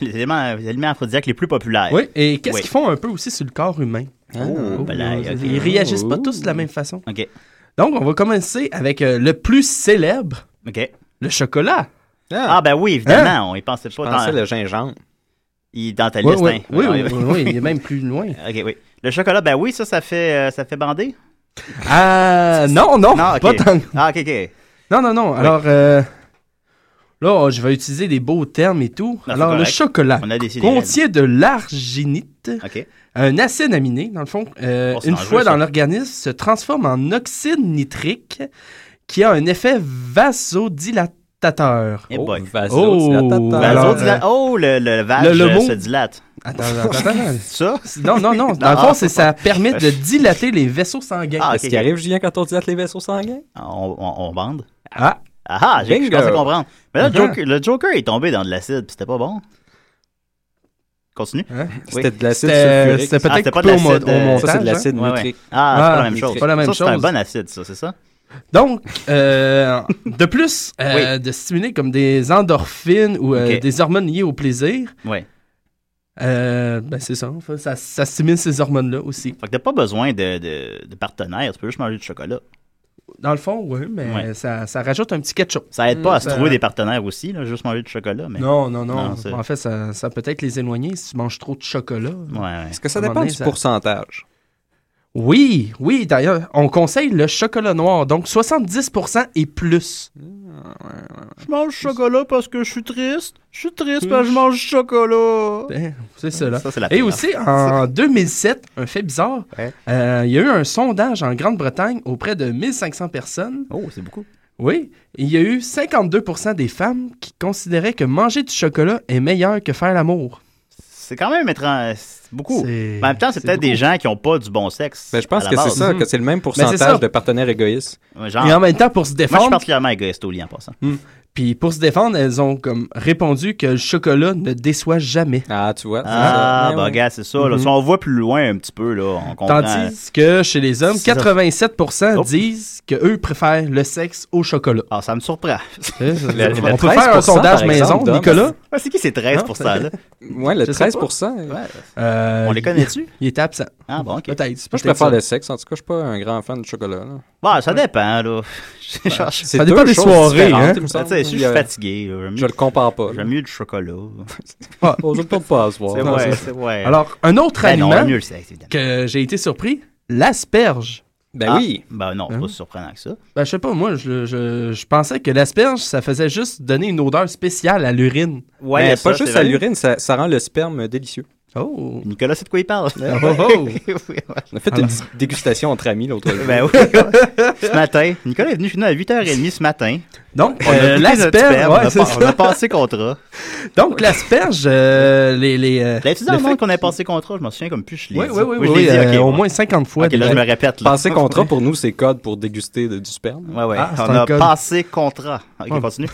S1: Les éléments, les aliments aphrodisiaques les plus populaires.
S12: Oui, et qu'est-ce
S1: Oui.
S12: qu'ils font un peu aussi sur le corps humain? Hein?
S1: Oh, ben là, ok.
S12: Ils réagissent pas
S1: Oh.
S12: tous de la même façon.
S1: OK.
S12: Donc, on va commencer avec euh, le plus célèbre,
S1: OK.
S12: le chocolat.
S1: Ah, ben oui, évidemment, on y pensait pas.
S12: pensais le
S1: gingembre. Il est dans ta
S12: Hein? Oui,
S1: liste,
S12: oui,
S1: hein. Ah,
S12: oui, oui, oui, il est même plus loin.
S1: OK, oui. Le chocolat, ben oui, ça, ça fait, euh, ça fait bander?
S12: Ah, non, non,
S1: Non, ok.
S12: pas tant.
S1: Ah, OK, OK.
S12: Non, non, non. Alors, euh, là, je vais utiliser des beaux termes et tout.
S1: c'est
S12: Alors, le
S1: correct.
S12: chocolat
S1: On a décidé.
S12: contient de l'arginite, un acide aminé, dans le fond. euh,
S1: Oh, c'est
S12: une
S1: dangereux,
S12: fois
S1: ça.
S12: dans l'organisme, se transforme en oxyde nitrique qui a un effet vasodilatateur.
S1: Eh
S13: Oh,
S1: boy.
S12: vasodilatateur.
S13: euh,
S1: Vasodila- Oh, le, le vase
S12: Ben euh, le- le
S1: euh,
S12: mot-
S1: se dilate. Ah,
S12: Attends, attends, attends.
S1: ça?
S12: Non, non, non. Dans le fond, c'est ça permet de dilater les vaisseaux sanguins.
S1: Ah, ok, Est-ce qu'il ok. arrive,
S12: Julien, quand on dilate les vaisseaux sanguins?
S1: On, on, on bande?
S12: Ah!
S1: Ah, j'ai je
S12: Bingo.
S1: pensais comprendre. Mais là, le
S12: Hein.
S1: Joker, le Joker est tombé dans de l'acide, puis c'était pas bon. Continue.
S12: Hein?
S13: C'était de l'acide
S1: C'était- euh,
S13: sulfurique.
S1: C'était
S13: Ah,
S1: peut-être
S13: c'était pas
S1: pas
S13: de
S1: de l'acide.
S13: l'acide, euh,
S1: euh,
S13: ça, c'est de l'acide
S1: ouais, ouais.
S13: nitrique.
S1: Ah, c'est pas la
S12: Ah,
S1: même chose.
S12: nitrique. Pas la même
S1: ça, c'est un
S12: chose.
S1: bon acide, ça, c'est ça?
S12: Donc, euh, de plus, euh, de stimuler comme des endorphines ou euh,
S1: Ok.
S12: des hormones liées au plaisir,
S1: Oui.
S12: euh, ben c'est ça, en fait, ça, ça stimule ces hormones-là aussi.
S1: Fait que t'as pas besoin de, de, de partenaire, tu peux juste manger du chocolat.
S12: Dans le fond, oui, mais
S1: Ouais.
S12: ça, ça rajoute un petit ketchup.
S1: Ça aide pas à se
S12: Ça-
S1: trouver des partenaires aussi, là, juste manger du chocolat. Mais...
S12: Non, non, non.
S1: c'est-
S12: en fait, ça, ça peut être les éloigner si tu manges trop de chocolat.
S1: ouais.
S13: Est-ce que ça dépend du pourcentage?
S12: Oui, oui, d'ailleurs, on conseille le chocolat noir, donc 70% et plus.
S1: Je mange du chocolat parce que je suis triste. Je suis triste parce que je mange du chocolat.
S12: Ben, C'est cela.
S1: Mmh. Ça, c'est la
S12: Et
S1: pire.
S12: aussi, en 2007, un fait bizarre,
S1: Ouais.
S12: euh, il y a eu un sondage en Grande-Bretagne auprès de 1500 personnes.
S1: Oh, c'est beaucoup.
S12: Oui, il y a eu 52% des femmes qui considéraient que manger du chocolat est meilleur que faire l'amour.
S1: C'est quand même étrange. c'est Beaucoup.
S12: C'est-
S1: Mais en même temps, c'est
S12: c'est
S1: peut-être
S12: beaucoup.
S1: des gens qui ont pas du bon sexe.
S13: Ben, je pense
S1: à la
S13: que c'est
S1: base.
S13: ça, que c'est le même
S1: Ben, c'est
S13: pourcentage
S1: ça.
S13: de partenaires égoïstes.
S1: Ouais, genre-
S12: Et en même temps, pour se
S1: Moi, je suis
S12: défendre-
S1: particulièrement égoïste au lit en passant.
S13: Mm.
S12: Puis pour se défendre, elles ont comme répondu que le chocolat ne déçoit jamais.
S13: Ah, Mm-hmm. tu vois.
S1: Ah, bah, gars, c'est ça. là.
S12: Mhm.
S1: Si on voit plus loin un petit peu, là, on comprend.
S12: Tandis que chez les hommes,
S1: C'est ça.
S12: 87% disent que eux préfèrent le sexe au chocolat.
S1: Ah, ça me surprend.
S13: Le- le
S12: on peut faire un
S13: 13%,
S12: sondage
S13: par
S12: maison,
S13: exemple, d'hommes.
S12: Nicolas.
S1: Ouais, Ah, c'est qui ces 13 %-là?
S13: Ouais, le
S12: Je sais pas.
S13: 13 ouais.
S12: Euh,
S1: On les connaît-tu?
S12: Il était absent.
S1: Ah, bon, ok.
S12: Peut-être.
S13: Moi, je
S12: peut-être
S13: préfère
S12: ça.
S13: le sexe. En tout cas, je suis pas un grand fan de chocolat. là.
S1: Bah, ça dépend, là. Genre, je-
S13: Bah, C'est Ça dépend deux des choses soirées, différentes, hein. il me semble.
S1: Tu sais, si je
S13: Il y
S1: suis
S13: a-
S1: fatigué, là,
S13: Je le compare pas.
S1: J'aime mieux du chocolat.
S12: Ah.
S13: Oh, je ne tourne pas à soir.
S1: C'est
S13: Non,
S1: vrai,
S13: ça,
S1: c'est vrai.
S12: Alors, un autre
S1: Ben non,
S12: aliment
S1: on aime mieux le sexe, évidemment.
S12: que j'ai été surpris, l'asperge.
S1: Ah, Ben non, c'est
S13: Hein?
S1: pas si surprenant que ça.
S12: Ben, je sais pas, moi, je, je- je pensais que l'asperge, ça faisait juste donner une odeur spéciale à l'urine.
S1: Ouais,
S13: Mais
S1: ça,
S13: pas
S1: c'est
S13: juste à
S1: vrai.
S13: l'urine, ça, ça rend le sperme délicieux.
S12: Oh!
S1: Nicolas, c'est de quoi il parle?
S12: Oh, oh.
S13: On a fait une d- dégustation entre amis l'autre jour.
S1: Ben oui. ce matin, Nicolas est venu chez nous à 8h30 ce matin.
S12: Donc,
S1: on a
S12: euh,
S1: goûté notre
S12: l'asperge,
S1: sperme, on a
S12: ouais, c'est
S1: pas-
S12: ça.
S1: on a passé contrat.
S12: Donc, l'asperge, euh, les. les euh,
S1: L'as-tu dit
S12: le
S1: dans le
S12: fait-
S1: monde qu'on a passé contrat? Je m'en souviens comme plus, je l'ai
S12: Oui,
S1: dit.
S12: oui, oui,
S1: je
S12: oui,
S1: l'ai dit,
S12: euh,
S1: ok,
S12: au
S1: ouais.
S12: moins 50 fois
S1: Ok, là,
S12: déjà.
S1: je me répète. là.
S13: Passer contrat, pour nous, c'est code pour déguster de- du sperme.
S1: Ouais, ouais.
S12: Ah, c'est
S1: on
S12: un
S1: a
S12: code.
S1: passé contrat. Ok,
S12: Ouais.
S1: continue.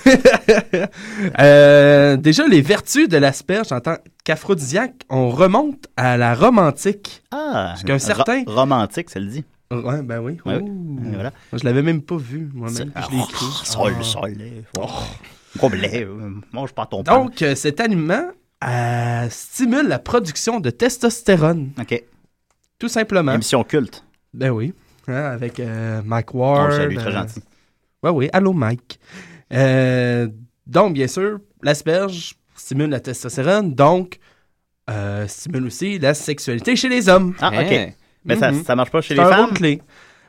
S12: Euh, déjà, les vertus de l'asperge en tant qu'aphrodisiaque, on remonte à la romantique.
S1: Ah,
S12: Parce qu'un certain...
S1: ro- romantique, ça le dit.
S12: Ouais, ben oui.
S1: Ouais, oui.
S12: Ouh.
S1: Et voilà.
S12: Moi, je l'avais même pas vu moi-même.
S1: C'est-
S12: Je l'ai
S1: Ah,
S12: écrit.
S1: sol,
S12: Ah.
S1: sol, eh, oh. Problème, euh, mange pas ton pain.
S12: Donc, euh, cet aliment euh, stimule la production de testostérone.
S1: OK.
S12: Tout simplement.
S1: Émission culte.
S12: Ben oui. Hein, avec euh, Mike
S1: On
S12: Ward.
S1: le salue, Oh, très
S12: euh,
S1: gentil.
S12: Ouais, oui. Allô, Mike. Euh, donc, bien sûr, l'asperge stimule la testostérone, donc euh, stimule aussi la sexualité chez les hommes. Mhm.
S1: Ah, OK. Hein. Mais ça- ça marche pas chez
S12: Mm-hmm. C'est
S1: les
S12: un
S1: femmes?
S12: rôle clé.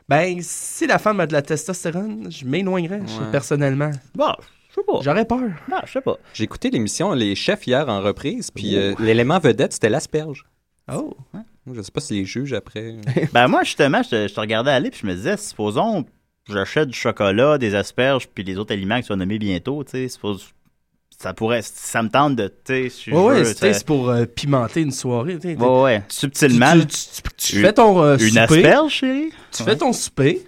S12: Ben, si la femme a de la testostérone, je m'éloignerais, je-
S13: Ouais.
S12: personnellement.
S1: Bon, Bah, je sais pas.
S12: J'aurais peur.
S1: Non, je sais pas.
S13: J'ai écouté l'émission Les Chefs hier en reprise, puis euh,
S1: Oh.
S13: l'élément vedette, c'était l'asperge.
S12: Oh!
S13: Je sais pas si les juges après.
S1: ben moi, justement, je te, je te regardais aller puis je me disais, supposons, j'achète du chocolat, des asperges puis les autres aliments que tu vas nommer bientôt, tu sais, suppose- ça pourrait, ça me tente de, tu sais, si je
S12: Ouais, ouais,
S1: veux,
S12: c'est
S1: tu sais,
S12: c'est pour euh, pimenter une soirée. tu sais, tu-
S1: Ouais, ouais, subtilement.
S12: Tu, tu- tu- tu fais ton euh,
S1: Une
S12: souper.
S1: asperge, chérie?
S12: Tu
S1: Ouais.
S12: fais ton souper.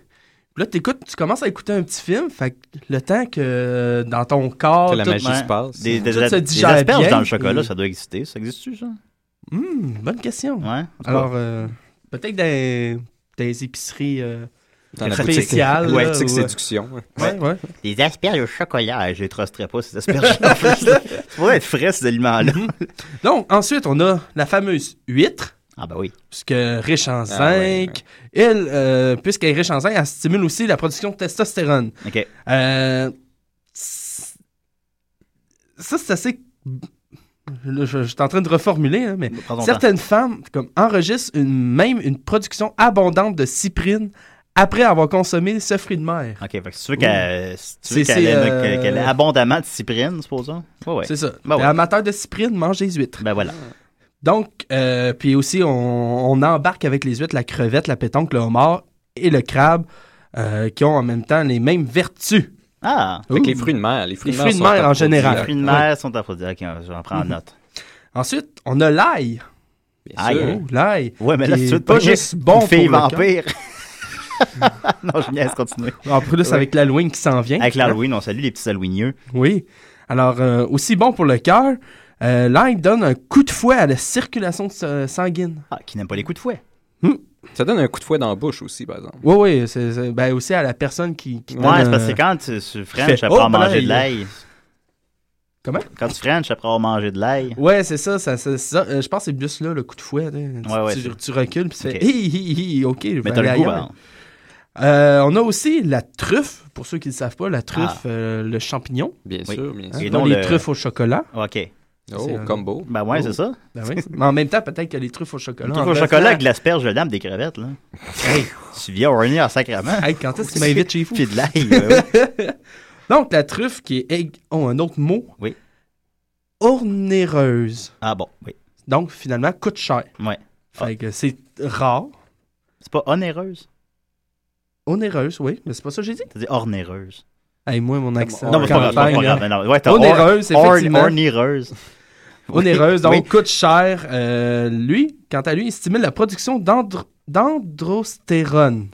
S12: Puis là, t'écoutes- tu commences à écouter un petit film. Fait que le temps que euh, dans ton corps.
S1: Que la
S12: tout-
S1: magie se passe. Des- des-
S12: tout
S1: des
S12: se digère
S1: asperges
S12: bien,
S1: dans le chocolat,
S12: et-
S1: ça doit exister. Ça existe-tu, ça?
S12: Hmm, bonne question.
S1: Ouais.
S12: Alors, euh, peut-être dans des épiceries. euh,
S1: Dans la boutique.
S12: spéciales.
S1: Ouais,
S12: là,
S1: boutique
S12: ou, euh,
S1: séduction, ouais.
S12: Ouais, ouais.
S1: Des asperges au chocolat, je les trusterais pas, ces asperges. Ça pourrait être frais, ces aliments-là.
S12: Mm-hmm. Donc, ensuite, on a la fameuse huître.
S1: Ah, bah oui.
S12: Puisque riche en zinc,
S1: Ah ouais,
S12: elle, euh, puisqu'elle est riche en zinc, elle stimule aussi la production de testostérone.
S1: OK.
S12: Euh, c- ça, c'est assez. Là, je, je suis en train de reformuler, hein, mais
S1: Prends ton
S12: certaines femmes comme, enregistrent une, même une production abondante de cyprine après avoir consommé ce fruit de mer.
S1: OK, fait que si tu veux qu'elle si tu veux
S12: C'est-
S1: qu'elle
S12: c'est,
S1: ait,
S12: euh,
S1: qu'elle- qu'elle ait abondamment de cyprine, supposons. Ouais, ouais.
S12: C'est ça.
S1: Ben ouais.
S12: T'es Amateur de cyprine, mange des huîtres.
S1: Ben voilà.
S12: Donc, euh, puis aussi, on, on embarque avec les huîtres la crevette, la pétanque, le homard et le crabe, euh, qui ont en même temps les mêmes vertus.
S1: Ah!
S13: Fait que les
S12: Ouh.
S13: fruits de mer, les fruits
S12: Les
S13: de mer
S12: fruits de
S13: sont
S12: mer en
S13: aphrodisiaques.
S12: général.
S1: Les fruits de mer sont aphrodisiaques. OK, hein, j'en prends
S12: Euh, Mhm.
S1: note.
S12: Ensuite, on a l'ail.
S1: Aïe,
S12: sûr.
S1: hein.
S12: Oh, l'ail.
S1: Ouais, mais là,
S12: Qui
S1: si
S12: est
S1: tu veux te
S12: pas
S1: pogner
S12: juste bon
S1: une fille
S12: pour le
S1: vampire. non, je niaise, continue.
S12: En plus,
S1: Ouais.
S12: avec l'Halloween qui s'en vient.
S1: Avec l'Halloween, on salue les petits Halloweenieux.
S12: Oui. Alors, euh, aussi bon pour le cœur, euh, l'ail donne un coup de fouet à la circulation sa- sanguine.
S1: Ah, qui n'aime pas les coups de fouet.
S12: Euh.
S13: Ça donne un coup de fouet dans la bouche aussi, par exemple.
S12: Oui, oui, c'est, c'est- ben aussi à la personne qui. qui
S1: Ouais,
S12: donne,
S1: c'est parce que
S12: euh,
S1: quand tu,
S12: fait,
S1: tu French
S12: Oh,
S1: après à
S12: ben là,
S1: manger de
S12: il-
S1: l'ail.
S12: Comment?
S1: Quand tu French après avoir mangé de l'ail.
S12: Ouais, c'est ça, ça, ça- ça, euh, je pense que c'est plus là, le coup de fouet. là. Tu-
S1: Ouais, ouais,
S12: tu,
S1: c'est-
S12: tu recules, puis tu
S1: Ok.
S12: fais hi, hi, hi, ok, je vais
S1: Mais t'as
S12: aller
S1: le goût, hein.
S12: ailleurs.
S1: alors.
S12: Euh, on a aussi la truffe, pour ceux qui ne le savent pas, la truffe,
S1: Ah.
S12: euh, le champignon.
S13: Bien
S1: Oui.
S13: sûr, bien
S12: Hein,
S13: sûr.
S12: pas les truffes au chocolat.
S1: ben. OK.
S13: Oh,
S12: C'est, euh,
S13: combo.
S1: Ben ouais,
S13: Oh.
S1: c'est ça.
S12: Ben oui. Mais en même temps, peut-être que les truffes au chocolat.
S1: Truffe
S12: en
S1: au
S12: revenant-
S1: chocolat avec de l'asperge de dame des crevettes, là. Tu viens au en sacrement.
S12: Hey, quand est-ce que tu m'invites chez vous?
S1: Puis de l'ail. ben ouais, ouais.
S12: Donc, la truffe qui est, ég- oh, un autre mot,
S1: Oui.
S12: ornéreuse.
S1: Ah bon, oui.
S12: Donc, finalement, coûte cher.
S1: Ouais.
S12: Fait que c'est rare.
S1: C'est pas onéreuse.
S12: Onéreuse, oui, mais c'est pas ça que j'ai dit.
S1: T'as dit ornéreuse.
S12: Hey, moi, mon accent.
S1: Non, mais c'est pas grave. c'est
S12: campagne,
S1: pas grave,
S12: là.
S1: mais non. Ouais, t'as or-
S12: Onéreuse,
S1: or-
S12: effectivement.
S1: Ornéreuse.
S12: Onéreuse, donc
S1: Oui.
S12: coûte cher. Euh, lui, quant à lui, il stimule la production d'andro- d'androstérone.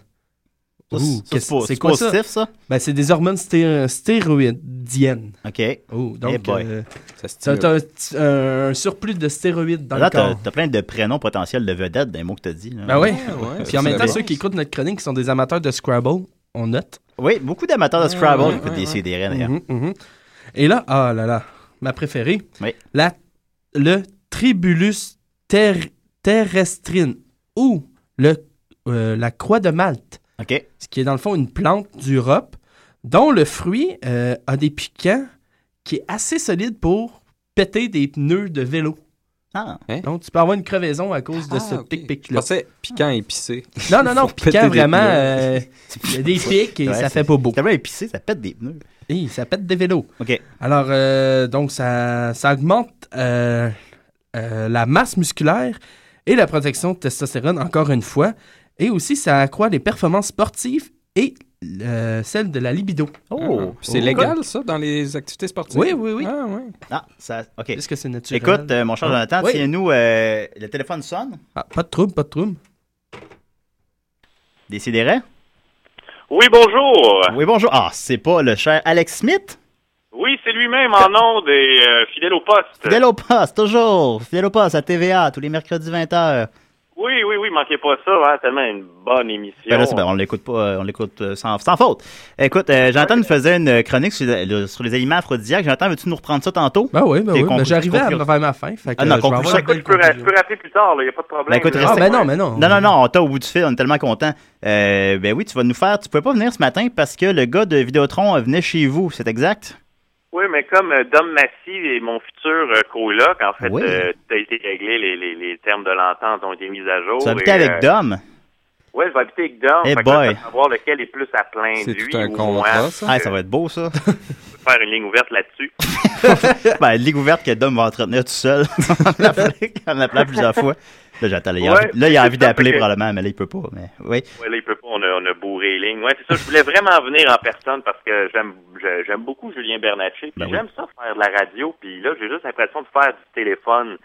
S1: Ça,
S12: Ouh,
S1: c'est-
S12: qu'est-ce-
S1: ça,
S12: c'est
S1: c'est
S12: quoi ça?
S1: positif, ça?
S12: Ben, c'est des hormones sté- stéroïdiennes.
S1: OK.
S12: Oh,
S1: Eh
S12: donc,
S1: boy.
S12: euh,
S13: Ça
S12: t'as
S13: stimule.
S12: t'as un, t- un surplus de stéroïdes dans
S1: Là,
S12: le
S1: t'as Ah,
S12: corps.
S1: t'as plein de prénoms potentiels de vedettes dans les mots que t'as dit. là.
S12: Ben oui.
S13: ouais,
S12: Puis en même
S13: c'est
S12: temps,
S13: vrai.
S12: ceux qui écoutent notre chronique, qui sont des amateurs de Scrabble, on note.
S1: Oui, beaucoup d'amateurs de Scrabble écoutent des CDR, d'ailleurs.
S12: Mhm, mhm. Et là, ah là là, ma préférée,
S1: Oui.
S12: la, le Tribulus ter- terrestrine ou le, euh, la croix de Malte,
S1: OK.
S12: ce qui est dans le fond une plante d'Europe dont le fruit euh, a des piquants qui est assez solide pour péter des pneus de vélo.
S1: Ah,
S12: Donc, tu peux avoir une crevaison à cause de
S13: Ah,
S12: ce
S13: ok. Je
S12: pic-pic-là.
S13: pensais piquant épicé.
S12: Non, non, non,
S13: Faut péter
S12: piquant
S13: des
S12: vraiment,
S13: pneus.
S12: euh, il y a des pics et
S1: Ouais,
S12: ça
S1: c'est-
S12: fait pas beau.
S1: C'est tellement épicé, ça pète des pneus.
S12: Hey, ça pète des vélos.
S1: OK.
S12: Alors, euh, donc, ça, ça augmente euh, euh, la masse musculaire et la protection de testostérone, encore une fois. Et aussi, ça accroît les performances sportives et euh, celles de la libido.
S1: Oh!
S13: Puis C'est
S1: Oh.
S13: légal, ça, dans les activités sportives?
S12: Oui, oui, oui.
S13: Ah, ouais.
S1: Ah, ça. OK.
S12: Est-ce que c'est naturel? Ah.
S1: Écoute, euh, mon cher Jonathan,
S12: Oui.
S1: tiens-nous. euh, le téléphone sonne.
S12: Ah, pas de trouble, pas de trouble.
S1: Décidérez.
S9: Oui, bonjour.
S1: Oui, bonjour. Ah, c'est pas le cher Alex Smith? Oui, c'est lui-même en nom des euh, fidèles au poste.
S14: Fidèle au poste, toujours. Fidèle au poste à TVA, tous les mercredis 20h.
S1: Oui, oui, oui, manquez pas ça, hein, tellement une bonne émission.
S14: Ben là, c'est- ben, on l'écoute pas, euh, on l'écoute euh, sans, sans faute. Écoute, euh, Jonathan nous faisait une chronique sur, le- sur les aliments aphrodisiaques. Jonathan, veux-tu nous reprendre ça tantôt?
S12: Ben oui, ben
S14: Tes
S12: oui.
S14: conclu-
S12: Ben, J'arrivais à
S14: conclu-
S12: me faire ma fin. Fait que,
S14: Ah non,
S12: euh, je vais
S14: conclusion.
S12: avoir-
S14: Écoute,
S1: je peux, ra- je peux rappeler plus tard, il n'y a pas de
S14: Ben,
S1: problème.
S14: écoute,
S1: là.
S14: reste-
S12: mais Ah, non.
S14: Non, non, non, on t'a au bout du fil, on est tellement content. Euh, ben oui, tu vas nous faire. Tu pouvais pas venir ce matin parce que le gars de Vidéotron euh, venait chez vous, c'est exact?
S1: Oui, mais comme euh, Dom Massy et mon futur euh, coloc, en fait,
S14: Oui.
S1: euh, tout a été réglé, les, les, les termes de l'entente ont été mis à jour.
S14: tu habitais
S1: et,
S14: avec
S1: euh,
S14: Dom?
S1: Oui, je vais habiter avec Dom.
S14: Eh
S1: fait que là,
S14: boy.
S1: je vais savoir lequel est plus à plein lui ou moi.
S14: Ah, ça va être beau, ça.
S1: Je vais faire une ligne ouverte là-dessus.
S14: ben, ligue ouverte que Dom va entretenir tout seul en l'appelant- en l'appelant plusieurs fois. Là, j'attends. Là, il a
S1: Ouais,
S14: envie, là, il a
S1: c'est
S14: envie
S1: ça,
S14: d'appeler
S1: parce que-
S14: probablement, mais là, il peut pas. Mais oui.
S1: Ouais, là, il peut pas, on a, on a bourré les lignes. Ouais, c'est ça, je voulais vraiment venir en personne parce que j'aime je- j'aime beaucoup Julien Bernatchez. Puis
S14: Ben oui.
S1: j'aime ça faire de la radio. Puis là, j'ai juste l'impression de faire du téléphone.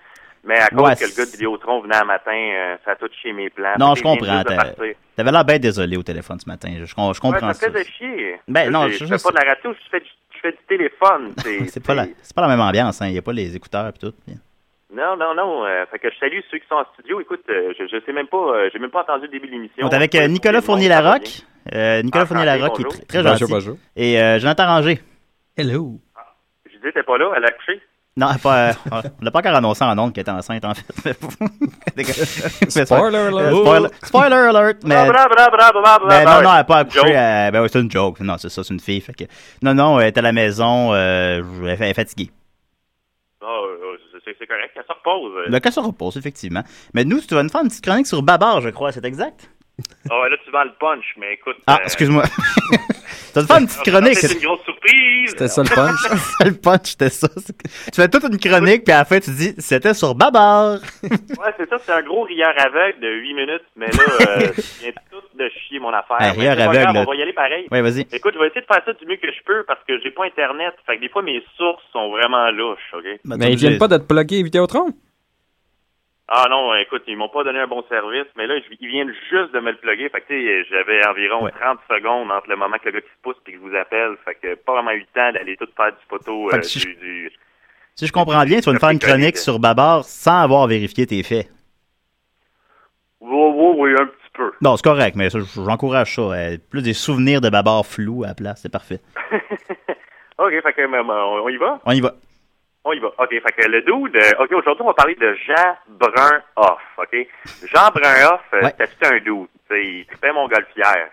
S1: Mais à cause
S14: Ouais,
S1: que le gars de Vidéotron venait un matin, euh, ça a tout chez mes plans.
S14: Non,
S1: Puis
S14: je
S1: il vient
S14: comprends.
S1: juste de
S14: t'as-
S1: partir.
S14: T'avais l'air bien désolé au téléphone ce matin. Je, je com- je comprends
S1: Ouais,
S14: ça.
S1: ça me faisait chier.
S14: Ben,
S1: Là,
S14: non,
S1: je,
S14: je-
S1: je fais pas de la radio, je fais, du- je fais du téléphone.
S14: C'est pas, la- c'est pas la même ambiance. hein. Il n'y a pas les écouteurs et tout.
S1: Non, non, non. euh, fait que je salue ceux qui sont en studio. Écoute, euh, je, je sais même pas, euh, j'ai même pas entendu le début de l'émission.
S14: On est avec euh, Nicolas Fournier-Larocque. Euh, Nicolas
S1: Ah,
S14: Fournier-Larocque, qui est
S1: bonjour.
S14: tr- très gentil.
S1: Bonjour, bonjour.
S14: Et euh, Jonathan Ranger.
S12: Hello.
S1: Je disais, t'es pas là, elle a couché.
S14: Non, pas, euh, on l'a pas encore annoncé en ondes qu'elle était enceinte, en fait.
S1: Euh, Spoiler alert.
S14: Spoiler, spoiler alert! Mais,
S1: Bra, bra, bra, bra, bra, bra,
S14: mais non,
S1: bra.
S14: non, elle n'a pas accouché.
S1: Joke.
S14: euh, ben oui, c'est une joke. Non, c'est ça, c'est une fille. Fait que, non, non, elle est à la maison. euh, elle est- elle est fatiguée.
S1: Ah, euh, c'est c'est correct, elle se repose.
S14: Le cas Ben, se repose, effectivement. Mais nous, tu vas nous faire une petite chronique sur Babar, je crois, c'est exact?
S1: Ah, ouais, là, tu vends le punch, mais écoute.
S14: Ah,
S1: euh,
S14: excuse-moi. tu vas nous faire une petite
S1: Ah,
S14: chronique.
S1: C'est une grosse surprise.
S14: C'était ça le punch, c'était ça. Tu fais toute une chronique, puis à la fin, tu dis c'était sur Babar.
S1: ouais, c'est ça, c'est un gros rieur aveugle de 8 minutes, mais là, euh, je viens tout de chier mon affaire.
S14: Un rieur
S1: Mais c'est pas
S14: aveugle.
S1: grave, On va y aller pareil.
S14: Ouais, vas-y.
S1: Écoute, je vais essayer de faire ça du mieux que je peux parce que j'ai pas Internet. Fait que des fois, mes sources sont vraiment louches, OK?
S13: Oh.
S14: Ben,
S13: Mais ils viennent pas de te plugger Vidéotron?
S1: Ah non, écoute, ils m'ont pas donné un bon service, mais là, je- ils viennent juste de me le plugger. Fait que, tu sais, j'avais environ 30 secondes entre le moment que le gars qui se pousse et que je vous appelle. Fait que pas vraiment eu le temps d'aller tout faire du poteau
S14: Fait
S1: euh,
S14: que si
S1: du- du,
S14: Si je comprends bien, tu vas nous faire une chronique sur Babar sans avoir vérifié tes faits.
S1: Oui, oui, oui, un petit peu.
S14: Non, c'est correct, mais ça, j'encourage ça. euh, Plus des souvenirs de Babar flous à la place, c'est parfait.
S1: OK, fait que, euh, on on y va?
S14: On y va.
S1: On y va. OK, fait que le dude... euh, OK, aujourd'hui, on va parler de Jean Brunhoff, OK? Jean Brunhoff, euh, c'était tout un dude. Tu sais, il trippait montgolfière.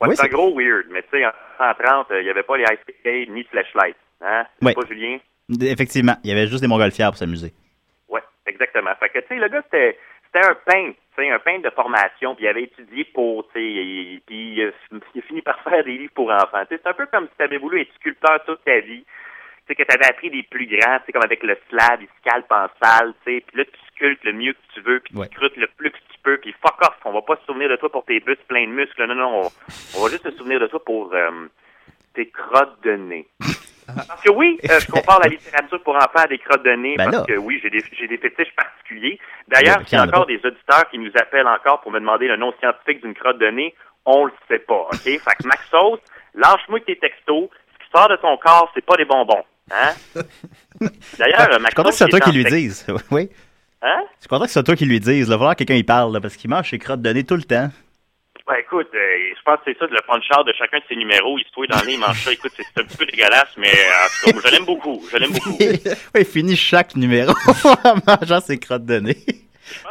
S1: Ouais,
S14: Oui,
S1: c'est un
S14: c'est-
S1: gros weird, mais tu sais, en 130, euh, il n'y avait pas les high speed ni flashlight. Hein? C'est
S14: Oui.
S1: pas Julien?
S14: Effectivement, il y avait juste des montgolfières pour s'amuser.
S1: Ouais, exactement. Fait que, tu sais, le gars, c'était, c'était un peintre, tu sais, un peintre de formation, puis il avait étudié pour, tu sais, et- et- puis il a fi- il a fini par faire des livres pour enfants. Tu sais, c'est un peu comme si tu avais voulu être sculpteur toute ta vie, tu sais, que tu avais appris des plus grands, tu sais, comme avec le slab, il scalpe en salle, tu sais, puis là, tu sculptes le mieux que tu veux, puis
S14: Ouais.
S1: tu scrutes le plus que tu peux, puis fuck off, on va pas se souvenir de toi pour tes bus pleins de muscles, non, non, on, on va juste se souvenir de toi pour... euh, tes crottes de nez. Parce que oui, euh, je compare la littérature pour enfants à des crottes de nez,
S14: Ben
S1: parce
S14: là.
S1: que oui, j'ai des, j'ai des fétiches particuliers. D'ailleurs,
S14: Ben,
S1: s'il y a
S14: quand
S1: encore
S14: même.
S1: des auditeurs qui nous appellent encore pour me demander le nom scientifique d'une crotte de nez, on le sait pas, OK? Fait que Maxos, lâche-moi tes textos. Ce qui sort de ton corps, c'est pas des bonbons, hein? D'ailleurs,
S14: Ah, Je suis
S1: euh,
S14: content
S1: Maxos...
S14: que c'est toi
S1: il est
S14: qui
S1: en
S14: lui
S1: texte-
S14: dise. Oui.
S1: Hein?
S14: Je suis content que c'est toi qui lui dise. Il va falloir que quelqu'un y parle, là, parce qu'il mange ses crottes de nez tout le temps.
S1: Ben, écoute, euh, je pense que c'est ça, de le punchard de chacun de ses numéros, il se touille dans le nez, il mange ça. Écoute, c'est c'est un petit peu dégueulasse, mais euh, en tout cas, moi, je l'aime beaucoup, je l'aime beaucoup.
S14: Ouais, il finit chaque numéro en mangeant ses crottes de nez.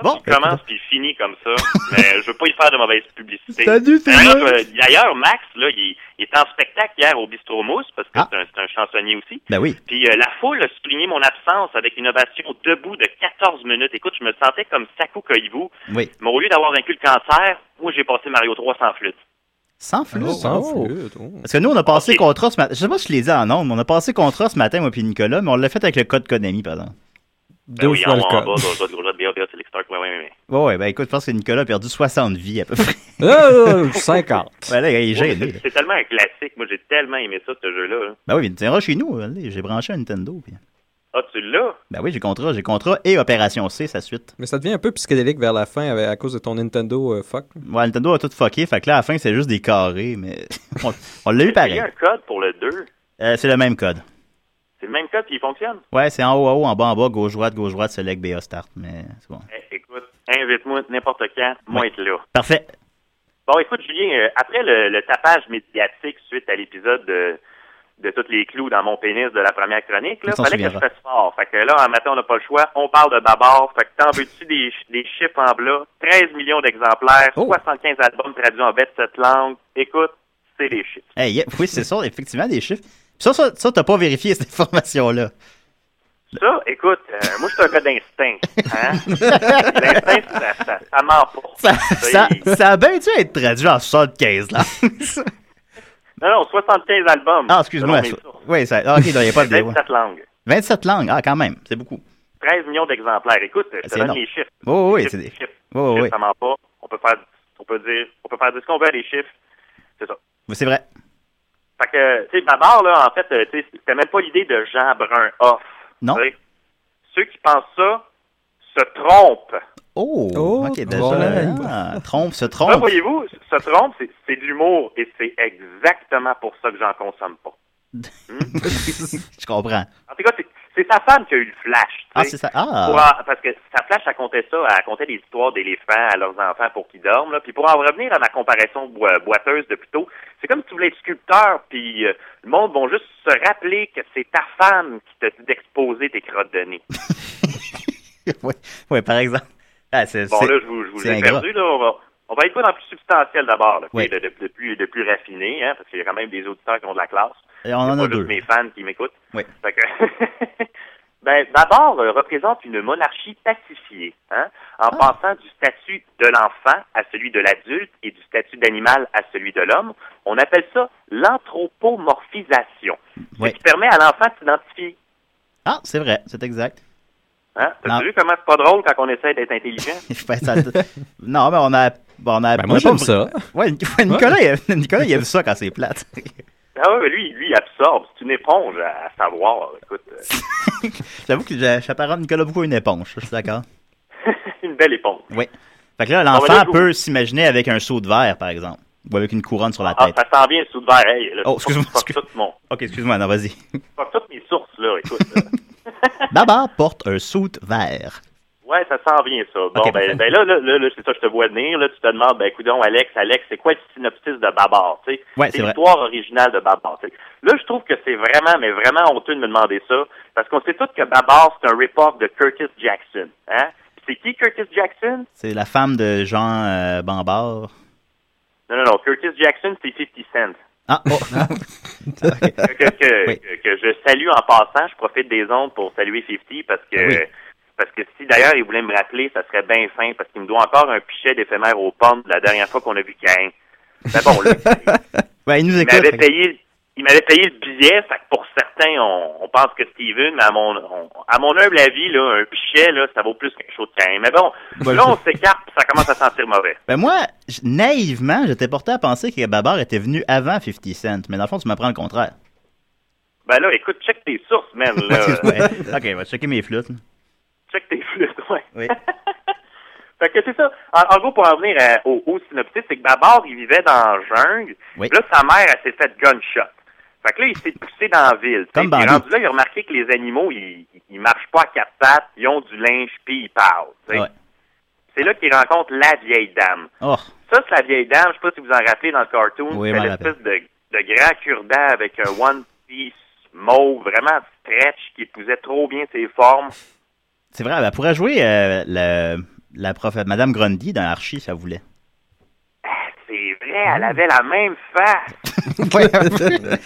S14: Bon,
S1: Il commence puis il finit comme ça. Mais je veux pas y faire de mauvaise publicité.
S14: Salut, tout le
S1: D'ailleurs,
S14: monde.
S1: euh, D'ailleurs, Max, là, il, il est en spectacle hier au Bistro Mousse parce que c'est un, c'est un chansonnier aussi.
S14: Ah. Ben oui.
S1: Puis euh, la foule a souligné mon absence avec une ovation debout de 14 minutes. Écoute, je me sentais comme Saku Koivu.
S14: Oui.
S1: Mais au lieu d'avoir vaincu le cancer, moi, j'ai passé Mario 3 sans flûte.
S14: Sans flûte.
S13: sans
S14: Oh.
S13: flûte, oh.
S14: Parce que nous, on a passé contrat ce matin. Je sais pas si je l'ai dit en nombre, mais on a passé contrat ce matin, moi puis Nicolas, mais on l'a fait avec le code Konami, par exemple.
S1: Ben oui, en haut, en bas, gauche, droite, gauche, droite, BA, BA, c'est l'extérieur. Ouais, ouais, ouais, ouais.
S14: Ouais, ouais, ben écoute, je pense que Nicolas a perdu 60 vies à peu près.
S13: Euh, 50.
S14: Ben là, il est
S1: Ouais,
S14: gêné.
S1: c'est- C'est tellement un classique. Moi, j'ai tellement aimé ça, ce jeu-là. hein. là.
S14: Ben oui, il viendra chez nous. allez, J'ai branché un Nintendo. puis-
S1: Ah, tu l'as?
S14: Ben oui, j'ai contrat, j'ai contrat et Opération C, sa suite.
S13: Mais ça devient un peu psychédélique vers la fin avec- à cause de ton Nintendo euh, fuck.
S14: Ouais, Nintendo a tout fucké, fait que là, à la fin, c'est juste des carrés, mais on, on l'a eu
S1: Il y
S14: pareil.
S1: a un code pour le 2.
S14: Euh, c'est le même code.
S1: C'est le même code, puis il fonctionne.
S14: Ouais, c'est en haut, en haut, en bas, en bas, gauche-droite, gauche-droite, select, BA, start. Mais c'est bon.
S1: Eh, Écoute, invite-moi n'importe quand, moi
S14: Ouais.
S1: être là.
S14: Parfait.
S1: Bon, écoute, Julien, euh, après le, le tapage médiatique suite à l'épisode de, de tous les clous dans mon pénis de la première chronique, là,
S15: On s'en
S1: fallait que je
S15: souviendra.
S1: fasse fort. Fait que là, un matin, on n'a pas le choix. On parle de Babar. Fait que t'en veux-tu des, ch- des chiffres en blanc? 13 millions d'exemplaires,
S14: Oh.
S1: 75 albums traduits en 27 langues. Écoute, c'est des chiffres.
S14: Hey, yeah, oui, c'est ça, effectivement, des chiffres. Ça, ça, ça, t'as pas vérifié cette information-là.
S1: Ça, écoute, euh, moi, je suis un gars d'instinct. Hein? L'instinct, ça, ça, ça ment pas.
S14: Ça,
S1: Tu
S14: ça,
S1: sais,
S14: ça a bien dû être traduit en 75 là.
S1: Non, non, 75 albums.
S14: Ah, excuse-moi.
S1: Selon mes
S14: ça-
S1: sources.
S14: Oui, ça. ah, ok, il n'y a pas de. ouais.
S1: 27 langues.
S14: 27 langues, ah, quand même, c'est beaucoup.
S1: 13 millions d'exemplaires. Écoute, je te
S14: C'est
S1: donne
S14: énorme.
S1: les chiffres.
S14: Oui, oui, oui, c'est
S1: Les chiffres,
S14: des-
S1: les chiffres.
S14: oui,
S1: Les
S14: oui,
S1: chiffres,
S14: oui.
S1: ça ment pas. On peut faire, on peut dire, on peut faire de ce qu'on veut à des chiffres. C'est ça.
S14: C'est vrai.
S1: Fait que, tu sais, Babar, là, en fait, euh, tu sais, c'était même pas l'idée de Jean Brun off.
S14: Non.
S1: Tu sais, Ceux qui pensent ça se trompent.
S14: Oh, ok, déjà.
S1: ouais.
S14: ah, trompe, se
S1: Là,
S14: trompe.
S1: voyez-vous, se trompe, c'est- c'est de l'humour et c'est exactement pour ça que j'en consomme pas.
S14: Hmm. Je comprends.
S1: En tout cas, c'est- c'est sa femme qui a eu le flash. tu
S14: Ah,
S1: sais.
S14: c'est ça. Ah.
S1: Pour en- parce que sa flash, elle comptait ça, elle comptait des histoires d'éléphants à leurs enfants pour qu'ils dorment. Là. Puis pour en revenir à ma comparaison boi- boiteuse de plus tôt, c'est comme si tu voulais être sculpteur, puis euh, le monde va juste se rappeler que c'est ta femme qui t'a dit d'exposer tes crottes de nez.
S14: oui, ouais, par exemple. Ah, c'est,
S1: Bon,
S14: c'est-
S1: là, je vous, je vous
S14: c'est
S1: ai
S14: ingrat.
S1: perdu. Là, on, va, on va être pas dans le plus substantiel d'abord, Ah, là,
S14: Oui.
S1: puis de, de- de plus, de plus raffiné, hein, parce qu'il y a quand même des auditeurs qui ont de la classe.
S14: Et on en
S1: C'est
S14: a
S1: pas juste
S14: deux.
S1: mes fans qui m'écoutent.
S14: Oui.
S1: Fait que- ben, Babar euh, représente une monarchie pacifiée, hein, en
S14: Ah.
S1: passant du statut de l'enfant à celui de l'adulte et du statut d'animal à celui de l'homme. On appelle ça l'anthropomorphisation,
S14: Oui.
S1: ce qui permet à l'enfant de s'identifier.
S14: Ah, c'est vrai, c'est exact.
S1: Hein? T'as
S14: Non.
S1: vu comment c'est pas drôle quand on essaie d'être intelligent?
S14: Ben, ça- non, mais on a. bon, on a
S13: Ben,
S14: on
S13: moi,
S14: a
S13: j'aime
S14: pas-
S13: ça.
S14: Ouais, ouais, Nicolas, il- Nicolas, il aime ça quand c'est plate.
S1: Ah oui, lui, lui il absorbe. C'est une éponge à, à savoir. Écoute, euh,
S14: J'avoue que j'a- j'apparente Nicolas beaucoup une éponge, je suis d'accord.
S1: une belle éponge.
S14: Oui. Fait que là,
S1: Ah, ben là,
S14: l'enfant
S1: je vous-
S14: peut s'imaginer avec un seau de verre, par exemple, ou avec une couronne sur la
S1: Ah,
S14: tête.
S1: ça s'en vient sous de verre. Hey, là,
S14: Oh,
S1: fuck-
S14: excuse-moi,
S1: fuck tout mon-
S14: Ok, excuse-moi, non, vas-y.
S1: fuck toutes mes sources, là, écoute.
S14: Baba porte un soute vert.
S1: ouais, ça s'en vient, ça. Bon,
S14: Ok, parfait.
S1: ben, ben là, là, là, là, c'est ça, je te vois venir. Là, tu te demandes, ben, coudon, Alex, Alex, c'est quoi le synopsis de Babar, tu sais?
S14: Ouais, c'est vrai.
S1: l'histoire originale de Babar, tu sais. Là, je trouve que c'est vraiment, mais vraiment honteux de me demander ça, parce qu'on sait tous que Babar, c'est un rip-off de Curtis Jackson, hein? Puis C'est qui Curtis Jackson?
S14: C'est la femme de Jean euh, Bambard.
S1: Non, non, non. Curtis Jackson, c'est 50 Cent.
S14: Ah, oh. Ok.
S1: que, que-
S14: Oui.
S1: que- que je salue en passant. Je profite des ondes pour saluer 50 parce que
S14: Ah Oui.
S1: parce que si d'ailleurs il voulait me rappeler, ça serait bien fin parce qu'il me doit encore un pichet d'éphémère aux pommes de la dernière fois qu'on a vu Cain. Mais bon, là,
S14: Ben, il nous
S1: il
S14: écoute.
S1: m'avait
S14: fait que-
S1: payé. Il m'avait payé le billet, fait que pour certains, on, on pense que Steven, mais à mon, on- à mon humble avis, là, un pichet, là, ça vaut plus qu'un chaud de Cain. Mais bon,
S14: Bon, Ben,
S1: là,
S14: je-
S1: on s'écarte, puis ça commence à sentir mauvais.
S14: Ben moi, j- naïvement, j'étais porté à penser que Babar était venu avant 50 Cent, mais dans le fond, tu m'apprends le contraire.
S1: Ben là, écoute, check tes sources, man, là.
S14: Excuse-moi. ok, va checker mes flûtes.
S1: Check tes flûtes, ouais.
S14: Oui.
S1: fait que c'est ça. En, en gros, pour en venir à- au, au synopsis, c'est que Babar, il vivait dans la jungle.
S14: Oui.
S1: Là, sa mère, elle s'est faite gunshot. Fait que là, il s'est poussé dans la ville.
S14: Comme
S1: Puis,
S14: Bambi.
S1: rendu là, il a remarqué que les animaux, ils, ils- ils marchent pas à quatre pattes, ils ont du linge, puis ils parlent. tu sais.
S14: Ouais.
S1: C'est là qu'il rencontre la vieille dame.
S14: Oh,
S1: Ça, c'est la vieille dame, je sais pas si vous en rappelez dans le cartoon,
S14: Oui,
S1: c'est
S14: m'en
S1: l'espèce de, de grand cure-dent avec un one piece mauve, vraiment stretch, qui épousait trop bien ses formes.
S14: c'est vrai, elle pourrait jouer euh, le- la prof, Madame Grundy dans Archie, si elle voulait.
S1: Ah,
S14: Mmh.
S1: C'est vrai, elle avait la même face.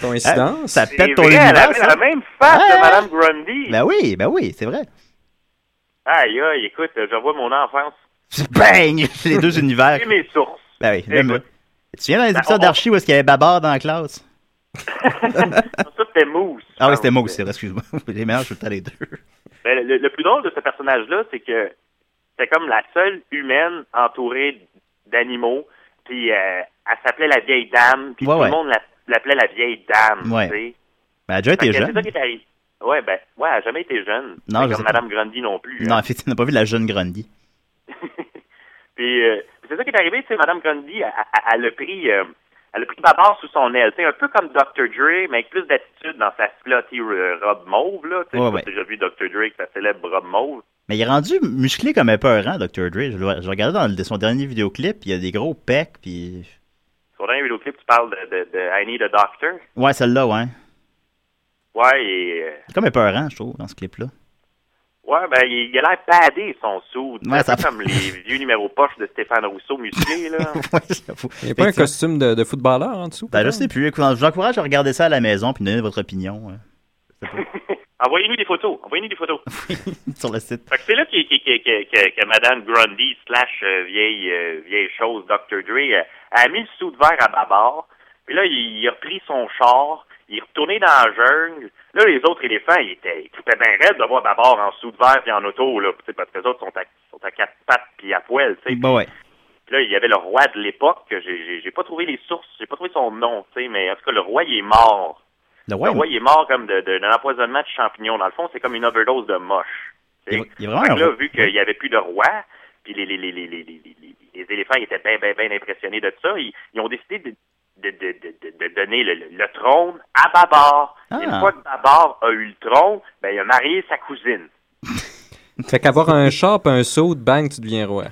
S14: Coïncidence. Ça
S1: C'est
S14: pète ton
S1: vrai, elle
S14: univers,
S1: avait
S14: ça.
S1: la même face
S14: Ouais.
S1: de Madame Grundy.
S14: Ben oui, ben oui, c'est vrai.
S1: Aïe, aïe, écoute, je vois mon enfance.
S14: Bang! Les deux univers.
S1: C'est mes sources.
S14: Ben oui,
S1: Écoute.
S14: même- Tu viens dans les
S1: Ben,
S14: épisodes
S1: on-
S14: d'Archie où est-ce qu'il y avait Babar dans la classe?
S1: Ça, c'était Moose.
S14: Ah oui, c'était moi aussi, excuse-moi. Les mélange tout le temps les deux.
S1: Ben, le, le plus drôle de ce personnage-là, c'est que c'était comme la seule humaine entourée d'animaux. Puis euh, elle s'appelait la vieille dame. Puis
S14: Ouais,
S1: tout
S14: ouais.
S1: le monde la- l'appelait la vieille dame.
S14: Ouais.
S1: tu sais.
S14: Ben, elle a déjà
S1: Fait
S14: été
S1: que C'est ça
S14: jeune.
S1: qui est arrivé. Ouais, ben, ouais, elle n'a jamais été jeune.
S14: Non, je
S1: Fait comme
S14: sais pas.
S1: Madame Grundy non plus. hein.
S14: Non, hein. en fait, tu n'as pas vu la jeune Grundy.
S1: Puis euh, c'est ça qui est arrivé, tu sais, Madame Grundy, elle, elle- elle a pris, euh,
S14: Elle a pris ma barre sous son aile. C'est un peu comme Dr. Dre, mais avec plus d'attitude dans sa slotty euh, robe mauve. Là. Tu sais,
S1: Ouais,
S14: j'ai
S1: ouais.
S14: déjà vu Dr. Dre avec sa célèbre robe mauve.
S1: Mais il est rendu musclé comme épeurant, Dr. Dre. Je, le- je regardais dans le- son dernier vidéoclip, il a des gros pecs, puis...
S14: Sur un vidéoclip, tu parles de, de, de I Need a Doctor.
S1: Ouais, celle-là, ouais.
S14: Ouais, et, euh,
S1: Il est comme épeurant, je trouve, dans ce clip-là.
S14: ouais ben, il, il a l'air padé, son sou.
S1: Ouais,
S14: c'est
S1: ça-
S14: comme les vieux numéros poches de Stéphane Rousseau musclé. Là.
S1: Il
S13: n'y a pas un costume de, de footballeur en dessous?
S1: Ben, je
S13: peut-être?
S1: sais plus. Écoute, je vous encourage à regarder ça à la maison, puis donner votre opinion hein,
S14: Envoyez-nous des photos. Envoyez-nous des photos.
S1: sur le site.
S14: Fait que c'est là que, que, que, que, que- que Madame Grundy slash euh, vieille, euh, vieille chose Dr. Dre euh, a mis le sou de verre à bâbord. Puis là, il, il a repris son char. Il est retourné dans la jungle. Là, les autres éléphants, ils étaient, ils étaient bien raides de voir bâbord en sous de verre et en auto, là. Tu sais, Parce que les autres sont à, sont à quatre pattes puis à poil, tu sais.
S1: Ben ouais.
S14: Puis là, il y avait le roi de l'époque, que j'ai- j'ai j'ai pas trouvé les sources, j'ai pas trouvé son nom, tu sais, mais en tout cas, le roi, il est mort.
S1: Le
S14: Le
S1: roi,
S14: roi, il est mort comme de- de- d'un empoisonnement de champignons. Dans le fond, c'est comme une overdose de moche.
S1: il, est- il est
S14: Fait
S1: vraiment...
S14: que là,
S1: un-
S14: vu qu'il n'y avait plus de roi, puis les, les, les, les, les, les- les- les éléphants étaient bien, bien, bien impressionnés de ça, ils, ils ont décidé de, de, de, de, de- de donner le, le- le trône à Babar.
S1: Ah.
S14: Une fois que Babar a eu le trône, ben, il a marié sa cousine.
S13: Fait qu'avoir un char pis un saut de bang, tu deviens roi.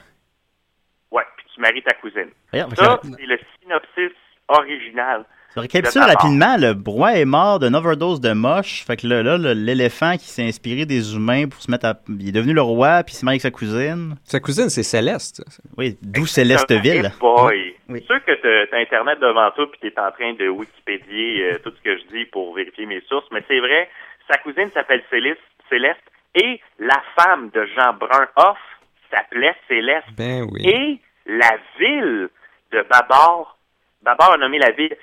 S14: Ouais, puis tu maries ta cousine.
S1: Regarde, fait que
S14: Ça,
S1: ça-
S14: c'est le synopsis original.
S1: Je récapitule
S14: de Babar.
S1: rapidement, le roi est mort d'une overdose de moche. Fait que là, là, le- l'éléphant qui s'est inspiré des humains pour se mettre à... Il est devenu le roi, puis il s'est marié avec sa cousine.
S13: Sa cousine, c'est Céleste.
S1: Oui, d'où Célesteville.
S14: Eh boy. Sûr que t'as- t'as Internet devant toi puis t'es en train de Wikipédier euh, tout ce que je dis pour vérifier mes sources, mais c'est vrai, sa cousine s'appelle Céleste, Céleste et la femme de Jean Brun Hoff s'appelait Céleste.
S13: Ben oui.
S14: Et la ville de Babar, Babar a nommé la ville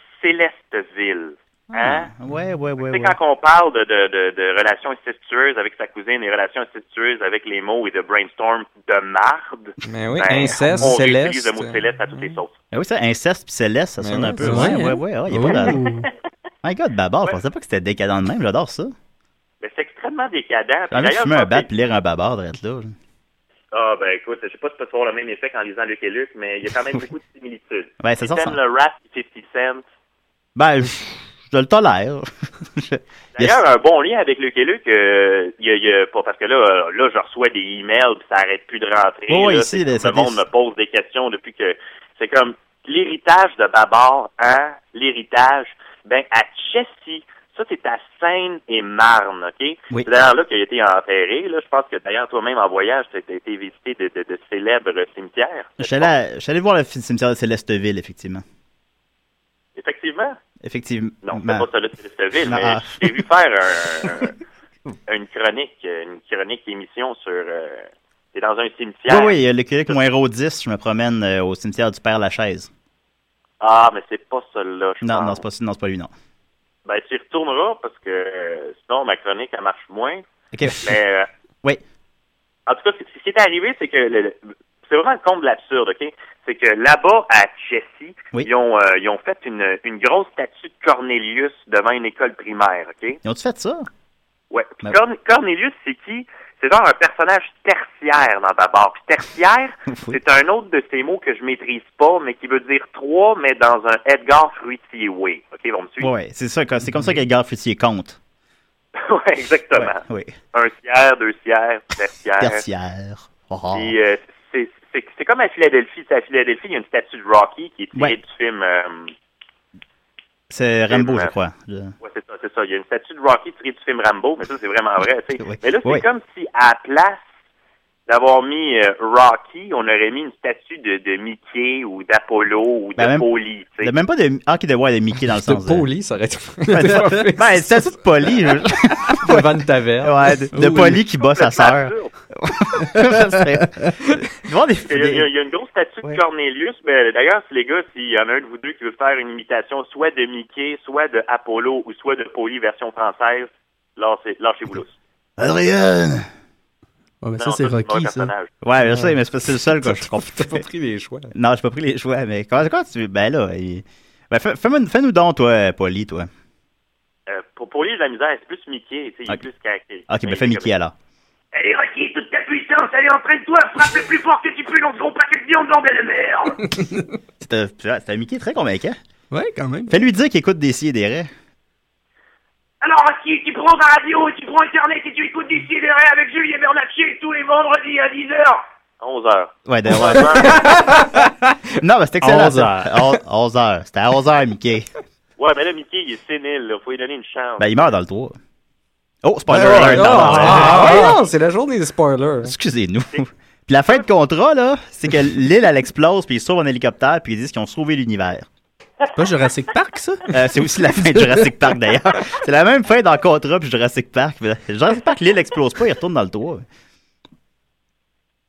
S14: Célesteville. Hein?
S1: Ah, Ouais, ouais, ouais,
S14: Tu
S1: ouais.
S14: sais, quand on parle de, de, de, de relations incestueuses avec sa cousine et relations incestueuses avec les mots et de brainstorm de marde,
S13: Mais oui,
S14: ben,
S13: inceste,
S14: on réutilise
S13: Céleste.
S14: le mot céleste à toutes les sauces.
S1: Ah oui, ça, inceste puis céleste, ça
S13: Mais
S1: sonne
S13: ouais,
S1: un peu.
S13: c'est
S1: Ouais,
S13: vrai,
S1: ouais,
S13: hein?
S1: ouais. ah, il y a
S13: Oh.
S1: pas de... My God, Babar, je pensais pas que c'était décadent de même. J'adore ça.
S14: Mais Ben, c'est extrêmement décadent.
S1: J'ai envie de
S14: D'ailleurs,
S1: fumer
S14: je
S1: un
S14: pense
S1: bat puis lire un Babar, d'être là.
S14: que- Ah, ben écoute, je sais pas si tu peux avoir le même effet qu'en lisant Luc et Luke, mais il y a quand même beaucoup de similitudes.
S1: Ben, c'est ça,
S14: T'aimes
S1: ça-
S14: le rap 50 Cent.
S1: Ben, je, je le tolère. Je-
S14: D'ailleurs, hein, un bon lien avec Luc et Luke, euh, il y a, il y a- pas- parce que là, euh, là, je reçois des emails, puis ça arrête plus de rentrer.
S1: Ouais, ouais,
S14: là,
S1: ici,
S14: c'est
S1: là,
S14: comme
S1: ça
S14: le monde
S1: dé-
S14: me pose des questions depuis que c'est comme l'héritage de Babar, hein, l'héritage, ben à Chessy, ça c'est à Seine et Marne, ok.
S1: Oui.
S14: C'est d'ailleurs là qu'il a été enterré. Là, je pense que d'ailleurs toi-même en voyage, tu as été visité de, de- de célèbres cimetières.
S1: Je suis allé, à- je suis allé voir le film cimetière de Célesteville, effectivement.
S14: Effectivement.
S1: Effectivement.
S14: Non, c'est pas ça là, c'est Célesteville,
S1: Ma-
S14: mais
S1: ah.
S14: j'ai vu faire un- un- une chronique, euh, une chronique émission sur. euh, c'est dans un
S1: Oui,
S14: cimetière.
S1: oui, il y a le Québec moins héros 10, je me promène euh, au cimetière du Père Lachaise.
S14: Ah, mais c'est pas celle-là, je
S1: Non,
S14: pense.
S1: non, c'est pas, non, c'est pas lui, non.
S14: Ben, tu y retourneras parce que euh, sinon, ma chronique, elle marche moins.
S1: OK.
S14: Mais euh,
S1: Oui.
S14: en tout cas, ce ce qui est arrivé, c'est que le- le- c'est vraiment le comble de l'absurde, OK? C'est que là-bas, à Chessy,
S1: Oui.
S14: ils, ont, euh, ils ont fait une, une grosse statue de Cornelius devant une école primaire, OK?
S1: Ils ont-tu fait ça?
S14: Ouais. Puis
S1: Ben-
S14: Corn- Cornelius, c'est qui? C'est genre un personnage tertiaire dans Babar. Puis tertiaire, c'est un autre de ces mots que je maîtrise pas, mais qui veut dire trois, mais dans un Edgar Fruitier way. OK, on me suit?
S1: Oui, c'est ça. que- C'est comme ça qu'Edgar Futier compte.
S14: ouais, exactement.
S1: Oui.
S14: Un tiers, deux tiers, tertiaire.
S1: Tertiaire. Oh.
S14: Puis, euh, c'est- c'est c'est comme à Philadelphie. C'est À Philadelphie, il y a une statue de Rocky qui est tirée
S1: Ouais.
S14: du film. euh,
S1: C'est Rambo, je crois. Je-
S14: Ouais, c'est ça, c'est ça. Il y a une statue de Rocky tirée du film Rambo, mais ça, c'est vraiment vrai. tu sais.
S1: Oui.
S14: Mais là, c'est
S1: Oui.
S14: comme si, à la place d'avoir mis euh, Rocky, on aurait mis une statue de, de Mickey ou d'Apollo ou
S1: Ben,
S14: de
S1: même-
S14: Polly. tu
S1: Il y
S14: sais.
S1: a même pas de. Ah, qui de ouais, de Mickey dans le sens. euh. De
S13: poli, ça aurait été.
S1: Ben, ben, c'est tout poli. je-
S13: Devant une taverne.
S1: Ouais, de, de
S13: Oui.
S1: poli qui bat sa sœur. Ça serait- Voir des-
S14: Il y, a, il y a-
S1: des-
S14: il y a une grosse statue de Cornelius, mais d'ailleurs, si les gars, s'il y en a un de vous deux qui veut faire une imitation soit de Mickey, soit de Apollo ou soit de Polly version française, lâchez- lâchez-vous l'os.
S1: Adrienne!
S12: Ouais, mais
S14: Non,
S12: ça, c'est
S14: ça, c'est
S12: Rocky,
S14: un
S12: ça.
S14: personnage.
S1: Ouais, je sais, mais c'est parce que c'est le seul que je
S13: T'as pas
S1: comprends.
S13: pris les choix.
S1: Non, j'ai pas pris les choix, mais comment, comment tu. Ben là. il- Ben, fais- fais-moi- fais-nous donc, toi, poli, toi.
S14: Euh, pour Polly, j'ai de la misère, c'est plus Mickey, tu sais, il est
S1: Ok.
S14: plus caractéristique.
S1: Ok, ben fais Mickey alors.
S11: Allez, Rocky, toute ta puissance, allez, entraîne-toi, frappe le plus fort que tu peux dans ce gros paquet de viande dans belle merde
S1: C'était c'était Mickey très convaincant.
S12: Ouais, quand même.
S1: Fais-lui dire qu'il écoute des si et des raies.
S11: Alors, tu, tu prends la radio, tu prends Internet et tu écoutes du Sidéré avec Julien Bernatier tous les vendredis à 10h.
S14: 11h.
S1: Ouais, d'ailleurs. non, mais c'était excellent.
S14: 11 heures.
S1: 11h. C'était à 11h, Mickey.
S14: Ouais, mais là, Mickey, il est sénile, là. Faut lui donner une chance.
S1: Ben, il meurt dans le 3. Oh, spoiler
S13: Ah,
S1: alert!
S13: non,
S1: pardon.
S13: ah, ah, non, c'est la journée des spoilers.
S1: Excusez-nous. Puis la fin de contrat, là, c'est que l'île, elle explose, puis ils sauvent en hélicoptère, puis ils disent qu'ils ont sauvé l'univers.
S12: C'est pas Jurassic Park, ça?
S1: Euh, c'est aussi la fin de Jurassic Parc, d'ailleurs. C'est la même fin dans Contra puis Jurassic Park. Jurassic Park, l'île explose pas, il retourne dans le toit.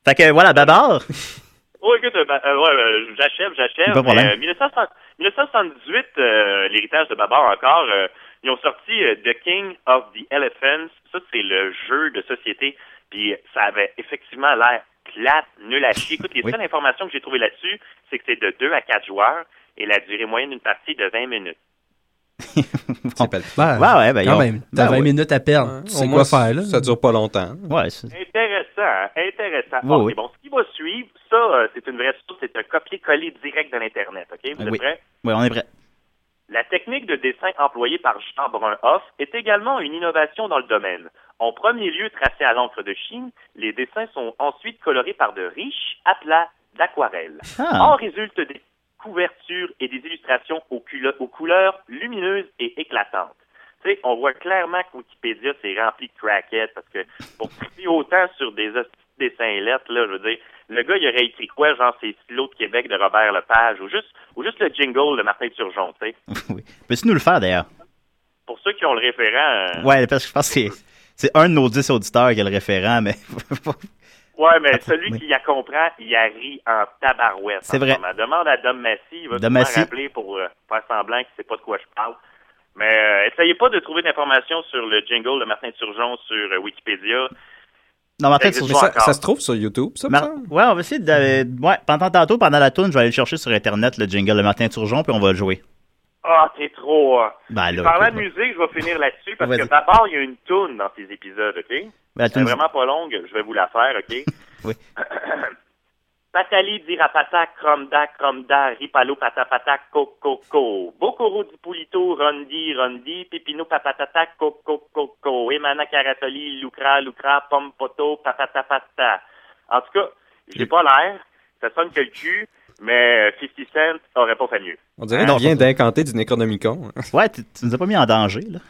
S1: Fait que voilà, Babar.
S14: Oh, écoute, euh, bah, euh, ouais, euh, j'achève, j'achève.
S1: Pas de problème.
S14: Mais, euh, 1960 1978, euh, l'héritage de Babar encore, euh, ils ont sorti euh, The King of the Elephants. Ça, c'est le jeu de société. Puis ça avait effectivement l'air plate, nul à chier. Écoute, les
S1: Oui.
S14: seules informations que j'ai trouvées là-dessus, c'est que c'est de 2 à 4 joueurs et la durée moyenne d'une partie est de 20 minutes.
S1: C'est
S12: Ben,
S1: ouais, ouais, ben, ils
S12: quand
S1: ont-
S12: même, t'as
S1: ben,
S12: 20
S1: ouais.
S12: minutes à perdre. tu
S13: au
S12: sais
S13: moins,
S12: quoi faire, là.
S13: ça dure pas longtemps.
S1: Ouais, c'est-
S14: Mmh. Intéressant, intéressant.
S1: Oui,
S14: Ok,
S1: oui.
S14: Bon, ce qui va suivre, ça, euh, c'est une vraie source, c'est un copier-coller direct de l'Internet. OK? Vous êtes
S1: Ah Oui.
S14: prêts?
S1: Ouais, on est prêt.
S14: La technique de dessin employée par Jean Brunhoff est également une innovation dans le domaine. En premier lieu tracés à l'encre de Chine, les dessins sont ensuite colorés par de riches aplats d'aquarelle.
S11: Ah.
S14: En résulte des couvertures et des illustrations aux, culo- aux couleurs lumineuses et éclatantes. Tu sais, on voit clairement que Wikipédia, c'est rempli de craquettes parce que pour trier autant sur des hosties de dessins lettres, là, je veux dire, le gars, il aurait écrit quoi, genre, c'est Silo de Québec de Robert Lepage ou juste, ou juste le jingle de Martin Turgeon, tu sais.
S1: Oui. Peux-tu nous le faire, d'ailleurs?
S14: Pour ceux qui ont le référent. euh,
S1: Ouais, parce que je pense que c'est- c'est un de nos 10 auditeurs qui est le référent, mais
S14: ouais, mais celui
S1: oui.
S14: qui la comprend, il a ri en tabarouette.
S1: C'est
S14: en
S1: vrai.
S14: ce moment. Demande à Dom Massy, il va
S1: Dom
S14: sûrement
S1: Massy.
S14: rappeler pour euh, faire semblant qu'il sait pas de quoi je parle. Mais euh, essayez pas de trouver d'informations sur le jingle de Martin Turgeon sur euh, Wikipédia.
S1: Non, mais en fait,
S14: Ça
S1: sur-
S14: existe pas encore. Ça se
S1: trouve sur YouTube, ça, Ouais, on va essayer de. euh, ouais, pendant tantôt, pendant la tune, je vais aller le chercher sur Internet, le jingle de Martin Turgeon, puis on va le jouer.
S14: Ah, t'es trop... euh,
S1: Ben là,
S14: Parlant de
S1: écoute,
S14: musique, je vais finir là-dessus parce que
S1: Vas-y.
S14: d'abord, il y a une toune dans ces épisodes, OK?
S1: Ben, la
S14: Elle est
S1: toune-
S14: vraiment pas longue, je vais vous la faire, OK?
S1: Oui.
S14: Patali dirapata, cromda, cromda, ripalo patapata, coco, Bokoro di pulito, rondi, rondi, pipino papatata, coco, coco, emana caratoli, lucra, lucra, pompoto, papatapata. En tout cas, j'ai pas l'air, ça sonne que le cul, mais 50 Cent aurait pas fait mieux.
S13: On dirait
S1: Non,
S13: qu'il vient d'incanter du Necronomicon.
S1: Ouais, tu, tu nous as pas mis en danger, là.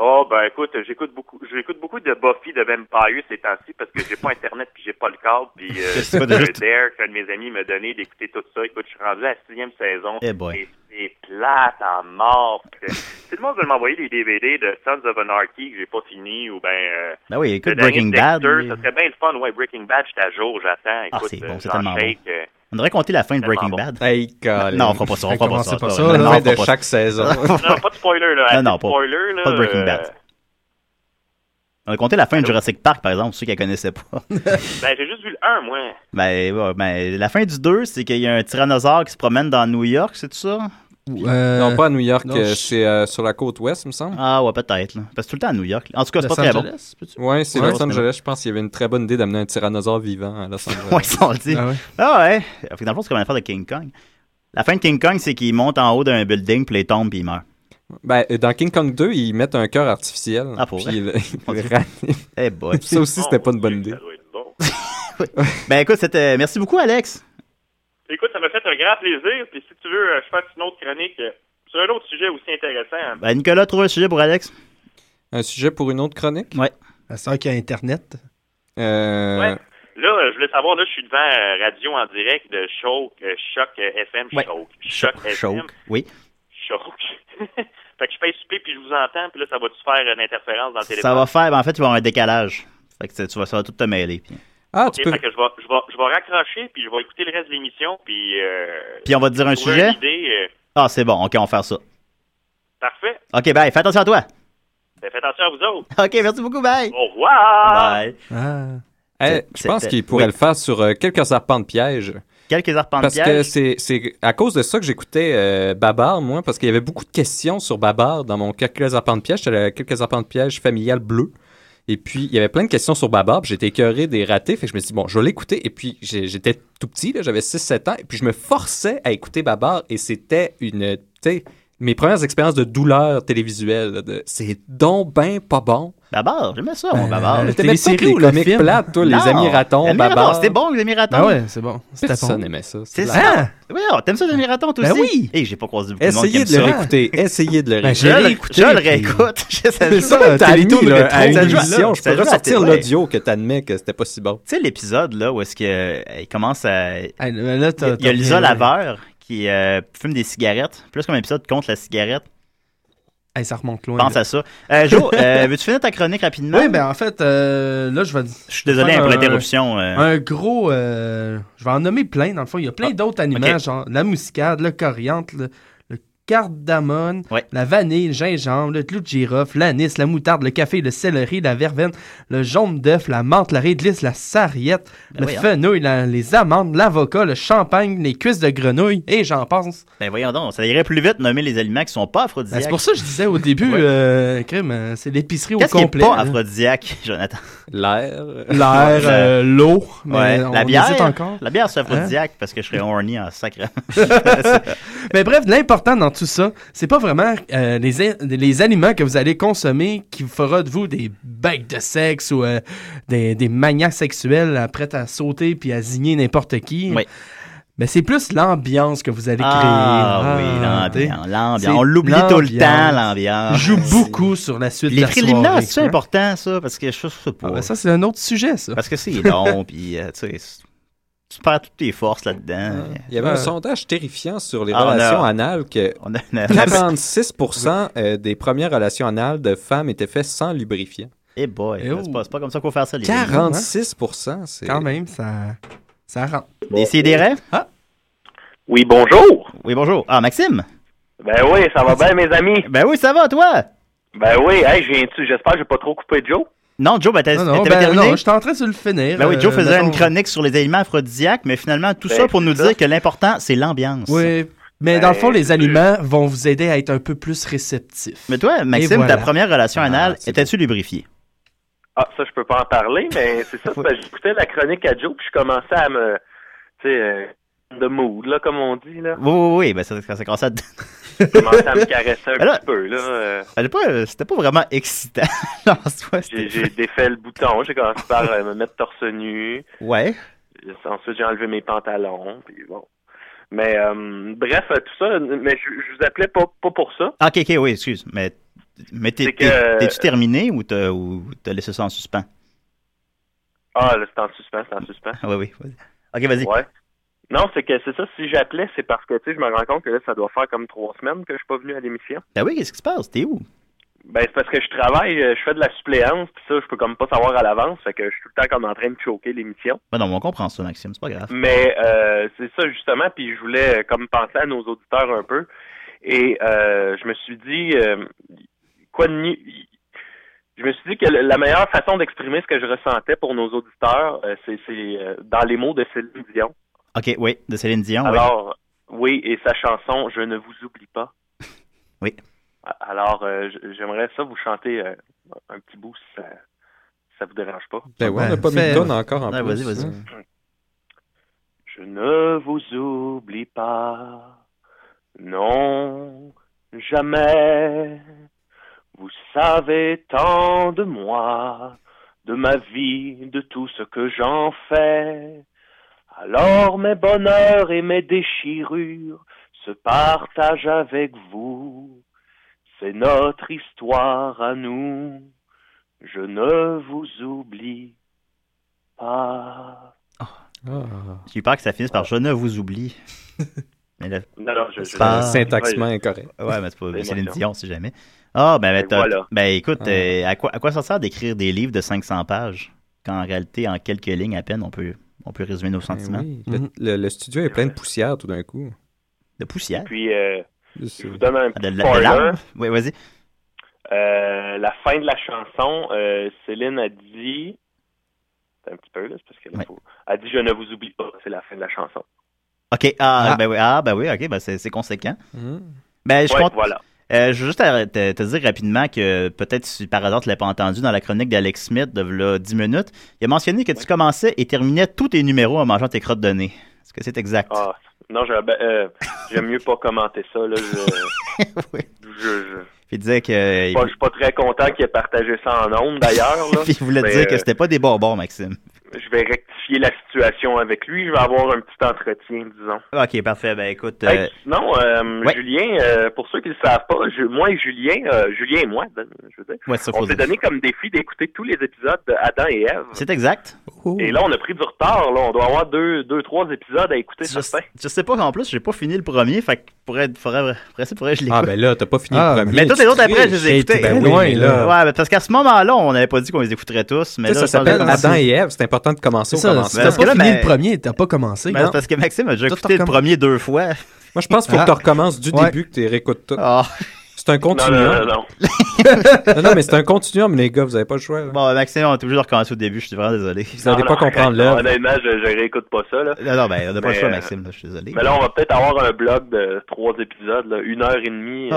S14: Oh ben écoute, j'écoute beaucoup, j'écoute beaucoup de Buffy de Vampire ces temps-ci parce que j'ai pas internet puis j'ai pas le câble puis euh,
S1: C'est pas de
S14: le
S1: juste.
S14: dare qu'un de mes amis m'a donné d'écouter tout ça. Écoute, je suis rendu à la sixième saison.
S1: Eh boy.
S14: Et c'est plate à mort. Parce que Tout le monde veut m'envoyer des DVD de Sons of Anarchy que j'ai pas fini ou ben. euh,
S1: Ben oui, écoute,
S14: le dernier
S1: Breaking
S14: Dexter,
S1: Bad. mais-
S14: Ça serait bien le fun, ouais. Breaking Bad, je suis à jour, j'attends.
S1: Ah,
S14: Écoute,
S1: c'est bon,
S14: euh,
S1: c'est
S14: j'en
S1: tellement bon.
S14: shake, euh,
S1: On devrait compter la fin de Breaking
S14: Tellement
S1: Bad. non, on fera pas ça, on fera pas
S13: Commencez
S1: ça.
S13: pas
S1: c'est
S13: ça,
S1: vrai.
S13: là.
S1: Non, on
S13: Fin
S1: fera
S13: de
S1: pas
S13: chaque
S1: ça.
S13: saison.
S14: Non, pas de spoiler, là.
S1: Non, non,
S14: Assez de
S1: pas-
S14: spoiler, là,
S1: pas de Breaking
S14: euh,
S1: Bad. On a compté la fin de Jurassic Park, par exemple, ceux qui la connaissaient pas.
S14: Ben, j'ai juste vu le 1, moi.
S1: ben, ouais, ben, la fin du 2, c'est qu'il y a un tyrannosaure qui se promène dans New York, c'est ça?
S13: non, pas à New York,
S1: non,
S13: euh,
S1: je-
S13: c'est euh, sur la côte ouest, il me semble.
S1: Ah, ouais, peut-être. là. Parce que tout le temps à New York. En tout cas, c'est pas très bon.
S13: Ouais, c'est
S1: Ouais,
S13: Los
S1: c'est
S13: Angeles. Je pense qu'il y avait une très bonne idée d'amener un tyrannosaure vivant à Los Angeles.
S1: Ouais, ça on le dit.
S13: Ah ouais.
S1: Ah ouais. Fait que dans le fond, c'est comme l'affaire de King Kong. La fin de King Kong, c'est qu'il monte en haut d'un building, puis il tombe, puis il meurt.
S13: Ben, euh, dans King Kong 2, ils mettent un cœur artificiel.
S1: Ah, pour
S13: puis
S1: vrai?
S13: ils le- ils le raniment.
S1: Eh boy.
S13: Ça aussi, c'était pas une bonne idée.
S1: ben écoute, c'était... merci beaucoup, Alex.
S14: Écoute, ça m'a fait un grand plaisir. Puis si tu veux, euh, je fasse une autre chronique euh, sur un autre sujet aussi intéressant. hein.
S1: Ben, Nicolas, trouve un sujet pour Alex.
S13: Un sujet pour une autre chronique?
S1: Ouais.
S12: C'est vrai qu'il y a Internet.
S13: Euh...
S14: Ouais. Là, euh, je voulais savoir, là, je suis devant euh, radio en direct de Choc, euh, Choc euh, FM,
S1: Ouais.
S14: Choc, Choc FM,
S1: Choke. Oui.
S14: Choc. fait que je fais souper puis je vous entends, puis là, ça va-tu faire une interférence dans le téléphone?
S1: Ça va faire, ben en fait, il va y avoir un décalage. Fait que c'est- tu vas, ça va tout te mêler. Puis,
S13: Ah,
S14: tu peux... Fait que je vais, je, vais, je vais raccrocher, puis je vais écouter le reste de l'émission, puis... Euh,
S1: puis on va te dire un
S14: trouver
S1: sujet.
S14: une idée, euh,
S1: Ah, c'est bon, ok, on va faire ça.
S14: parfait.
S1: Ok, bye, fais attention à toi.
S14: Ben, faites attention à vous autres.
S1: Ok, merci beaucoup, bye.
S14: Au revoir.
S1: Bye.
S12: Ah.
S13: Eh,
S1: C'est-
S13: je pense
S1: c'était-
S13: qu'il pourrait
S1: oui.
S13: le faire sur euh, quelques arpents de piège.
S1: Quelques arpents de
S13: Parce que
S1: piège.
S13: c'est- c'est à cause de ça que j'écoutais euh, Babar, moi, parce qu'il y avait beaucoup de questions sur Babar dans mon quelques arpents de piège. C'était le quelques arpents de piège familial bleu. Et puis, il y avait plein de questions sur Babar. puis J'étais écœuré des ratés. Fait que je me suis dit, bon, je vais l'écouter. Et puis, j'ai- j'étais tout petit, là, j'avais 6-7 ans. Et puis, je me forçais à écouter Babar. Et c'était une. Tu sais, mes premières expériences de douleur télévisuelle. là, de, c'est donc ben pas bon.
S1: Babar, j'aimais ça, mon Babar.
S13: T'aimais pas
S1: télésérie,
S13: tout,
S1: les
S13: le mec
S1: films.
S13: plat, toi,
S1: Non,
S13: Euh, les amis ratons,
S1: Amis
S13: Babar.
S1: ratons, c'était bon, les amis ratons.
S12: Ben
S13: Ah ouais, c'est bon.
S1: C'était
S13: Personne
S1: bon.
S13: n'aimait ça.
S1: C'est
S13: la-
S12: Ah!
S1: ça. Oui, alors, t'aimes ça, les amis ratons, toi
S13: Ben
S1: aussi?
S13: oui.
S1: Et j'ai pas croisé beaucoup de monde qui
S13: Essayez
S1: aime
S13: de le
S1: ça.
S13: réécouter. Essayez de le
S1: Ben, je
S13: réécouter.
S1: l'ai réécouté, Je le réécoute. Je sais
S13: C'est
S1: pas,
S13: ça,
S1: t'as
S13: t'as
S1: mis,
S13: admis
S1: là,
S13: là,
S1: ça
S13: à une
S1: joue à-
S13: émission. Je
S1: ça joue
S13: peux
S1: à
S13: ressortir
S1: télé.
S13: l'audio que t'admets que c'était pas si bon.
S1: Tu sais, l'épisode, là, où est-ce que, euh, il commence à.
S12: t'as-
S1: il y a
S12: t'as
S1: Lisa
S12: rien, là.
S1: Laveur qui euh, fume des cigarettes. Plus comme un épisode contre la cigarette.
S12: Hey, ça remonte loin.
S1: Pense
S12: là.
S1: à ça. Euh, Joe, euh, veux-tu finir ta chronique rapidement?
S12: Oui, ben en fait, euh, là, je vais. Je suis
S1: désolé pour l'interruption, euh. Ah,
S12: Un gros. euh, je vais en nommer plein, dans le fond. Il y a plein d'autres aliments,
S1: ok.
S12: genre la mouscade, le coriandre, le, le cardamone, la vanille, le gingembre, le clou de girofle, l'anis, la moutarde, le café, le céleri, la verveine, le jaune d'œuf, la menthe, la réglisse, la sarriette,
S1: Ben
S12: le
S1: voyons.
S12: fenouil, la- les amandes, l'avocat, le champagne, les cuisses de grenouille, et j'en pense.
S1: Ben voyons donc, ça irait plus vite nommer les aliments qui sont pas aphrodisiaques.
S12: Ben, c'est pour ça que je disais au début,
S1: Ouais.
S12: euh, crème, euh, c'est l'épicerie au
S1: Qu'est-ce qui est
S12: complet.
S1: pas
S13: hein.
S12: là.
S1: aphrodisiaque, Jonathan?
S13: L'air.
S12: L'air, euh, l'eau, mais
S1: Ouais,
S12: on
S1: La bière.
S12: hésite encore.
S1: La bière, c'est
S12: Hein?
S1: aphrodisiaque parce que je serais horny en sacre.
S12: Mais bref, l'important dans tout ça, c'est pas vraiment euh, les, les aliments que vous allez consommer qui vous fera de vous des bêtes de sexe ou euh, des, des maniaques sexuels euh, prêtes à sauter puis à zigner n'importe qui.
S1: Oui.
S12: Mais c'est plus l'ambiance que vous allez créer.
S1: Ah oui,
S12: t'sais.
S1: l'ambiance, l'ambiance.
S12: C'est
S1: On l'oublie tout le temps,
S12: l'ambiance.
S1: l'ambiance.
S12: Joue beaucoup sur la suite de
S1: Les
S12: la
S1: préliminaires,
S12: soirée,
S1: c'est
S12: quoi.
S1: important, ça, parce que je sais pas.
S12: Ben, ça, c'est un autre sujet, ça.
S1: Parce que c'est long, puis euh, tu sais, c'est- tu perds toutes tes forces là-dedans.
S12: Ah.
S13: Il y avait un
S1: Ouais.
S13: sondage terrifiant sur les
S1: Ah, on a-
S13: relations anales que
S1: on a- on a-
S12: Ah.
S13: 46 euh, des premières relations anales de femmes étaient faites sans lubrifiant.
S1: Eh boy,
S12: oh.
S1: c'est pas, c'est pas comme ça qu'on fait ça, les
S13: 46 c'est...
S12: Quand même, ça, ça rentre.
S1: Des des rêves?
S12: Ah.
S14: Oui, bonjour.
S1: Oui, bonjour. Ah, Maxime?
S14: Ben oui, ça va bien, mes amis.
S1: Ben oui, ça va, toi?
S14: Ben oui, hey, je viens-tu- j'espère que j'ai pas trop coupé Joe.
S1: Non, Joe, ben, t'as-
S12: Non, non,
S1: t'avais
S12: ben,
S1: terminé?
S12: non, j'étais en train de le finir.
S1: Ben oui, Joe
S12: euh,
S1: faisait
S12: mettons. Ben,
S1: une chronique sur les aliments aphrodisiaques, mais finalement, tout ça pour nous dire que l'important, c'est l'ambiance.
S12: Oui. Mais dans le fond, les aliments vont vous aider à être un peu plus réceptif.
S1: Mais toi, Maxime,
S12: Et voilà. Ah,
S1: ta première relation anale, étais-tu lubrifié?
S14: Ah, ça, je peux pas en parler, mais c'est ça. c'est parce que J'écoutais la chronique à Joe, puis je commençais à me. Tu sais, euh, de mood, là, comme on dit, là.
S1: Oui, oui, oui, ben ça, ça, ça commençait à...
S14: Je commençais à me caresser un
S1: Ben là,
S14: petit peu, là. euh,
S1: C'était pas, euh, c'était pas vraiment excitant. Non, c'est pas-
S14: j'ai j'ai défait le bouton, j'ai commencé par euh, me mettre torse nu.
S1: ouais.
S14: Ensuite, j'ai enlevé mes pantalons, puis bon. Mais euh, bref, euh, tout ça, mais je, je vous appelais pas, pas pour ça.
S1: Ah, ok, ok, oui, excuse. Mais, mais t'es-
S14: C'est
S1: t'es-
S14: que-
S1: t'es-tu terminé ou t'as ou t'as laissé ça en suspens?
S14: Ah, là, c'est en suspens, c'est en suspens.
S1: Ah, oui, oui. vas-y. Ok, vas-y.
S14: Ouais. Non, c'est que c'est ça, si j'appelais, c'est parce que, tu sais, je me rends compte que là, ça doit faire comme trois semaines que je suis pas venu à l'émission.
S1: Ben oui, qu'est-ce qui se passe? T'es où?
S14: Ben, c'est parce que je travaille, euh, je fais de la suppléance, puis ça, je peux comme pas savoir à l'avance, fait que je suis tout le temps comme en train de choquer l'émission.
S1: Ben non, on comprend ça, Maxime, c'est pas grave.
S14: Mais euh, c'est ça, justement, puis je voulais euh, comme penser à nos auditeurs un peu, et euh, je me suis dit, euh, quoi de mieux... Je me suis dit que le- la meilleure façon d'exprimer ce que je ressentais pour nos auditeurs, euh, c'est c'est, euh, dans les mots de Céline Dion.
S1: Ok, oui, de Céline Dion. oui.
S14: Alors, oui, et sa chanson Je ne vous oublie pas.
S1: Oui.
S14: A- Alors, euh, j- j'aimerais ça vous chanter euh, un petit bout si ça, ça vous dérange pas.
S13: Ben ouais, on n'a pas mis de tonne encore en
S1: Ouais,
S13: plus.
S1: Ah, vas-y, vas-y.
S13: hein.
S14: Je ne vous oublie pas. Non, jamais. Vous savez tant de moi, de ma vie, de tout ce que j'en fais. Alors mes bonheurs et mes déchirures se partagent avec vous. C'est notre histoire à nous. Je ne vous oublie pas.
S13: Ah.
S1: J'ai eu peur que ça finisse par Je ne vous oublie. mais là,
S14: Ah. Non, non, je- je-
S1: pas-
S13: Syntaxement incorrect.
S1: Ouais, mais c'est pas
S13: C'est
S1: Céline
S13: émotion.
S1: Dion, si jamais. Ah, ben, ben, t'as-
S13: voilà.
S1: ben, écoute,
S13: Ah.
S1: euh, à, quoi, à quoi ça sert d'écrire des livres de 500 pages quand en réalité, en quelques lignes à peine, on peut, on peut résumer nos sentiments?
S13: Ben Oui, le- le, le studio est plein de poussière tout d'un coup.
S1: De poussière?
S14: Puis, euh,
S13: C'est-
S14: je vous donne un
S1: Ah,
S14: petit
S1: De, de, de
S14: spoiler.
S1: larmes? Oui, vas-y.
S14: Euh, la fin de la chanson, euh, Céline a dit... Attends Un petit peu, là, c'est parce qu'elle a faux. Elle a dit « Je ne vous oublie pas », c'est la fin de la chanson.
S1: ah, OK, ah, Ben, oui, ah, ben oui, OK, ben c'est c'est conséquent. Ben, je
S14: Ouais,
S1: compte-
S14: voilà.
S1: Euh, je veux juste te, te- te dire rapidement que peut-être si par hasard tu l'as pas entendu dans la chronique d'Alex Smith de v'là 10 minutes, il a mentionné que tu commençais et terminais tous tes numéros en mangeant tes crottes de nez. Est-ce que c'est exact?
S16: Ah, non, j'aime euh, j'aime mieux pas commenter ça. Là, je, je, je-
S1: Puis il disait que euh, il,
S16: pas- je suis pas très content qu'il ait partagé ça en ondes, d'ailleurs. là.
S1: puis il voulait te
S16: Mais,
S1: dire que
S16: euh,
S1: c'était pas des bonbons, Maxime.
S16: Je vais rectifier la situation avec lui. Je vais avoir un petit entretien, disons.
S1: Ok, parfait. Ben écoute, euh,
S16: Hey, sinon, euh,
S1: ouais.
S16: Julien, euh, pour ceux qui ne le savent pas, je- moi et Julien, euh, Julien et moi, ben, je veux dire,
S1: Ouais, ça, faut
S16: on s'est
S1: dire.
S16: donné comme défi d'écouter tous les épisodes de Adam et Ève.
S1: c'est exact.
S16: Et là, on a pris du retard. Là. On doit avoir deux, deux trois épisodes à écouter, certains.
S1: Je sais pas, en plus, j'ai pas fini le premier, fait que pour être, faudrait, faudrait, faudrait que je l'écoute.
S13: Ah, ben là, t'as pas fini
S1: Ah,
S13: le premier.
S1: Mais tous les autres après, je les ai écoutés.
S13: Ben oui, mais là.
S1: Ouais, mais parce qu'à ce moment-là, on n'avait pas dit qu'on les écouterait tous. Mais
S13: Tu sais,
S1: là,
S13: ça
S1: je pense
S13: s'appelle
S1: que j'ai
S13: Adam
S1: commencé.
S13: et Ève. C'est important de commencer au
S1: C'est ça,
S13: commencement.
S1: si t'as Parce pas que là, fini mais- le
S12: premier, t'as pas commencé.
S1: Ben, c'est parce que Maxime a déjà
S13: Tout
S1: écouté le
S13: recomm-
S1: premier deux fois. Ah.
S13: Moi, je pense qu'il faut que tu recommences du début, que tu réécoutes tout. C'est un continuum.
S1: non,
S16: non.
S13: Non, non, mais c'est un continuum, les gars. Vous avez pas le choix. là.
S1: Bon, Maxime, on est obligé de recommencer au début, je suis vraiment désolé.
S13: Vous allez pas comprendre l'œuvre.
S16: Honnêtement, je, je réécoute pas ça. Là.
S1: Non, non, ben, on n'a pas le
S16: Mais,
S1: choix,
S16: euh,
S1: Maxime, là, je suis désolé.
S16: Mais là, on va peut-être avoir un blog de trois épisodes, là, une heure et demie. euh,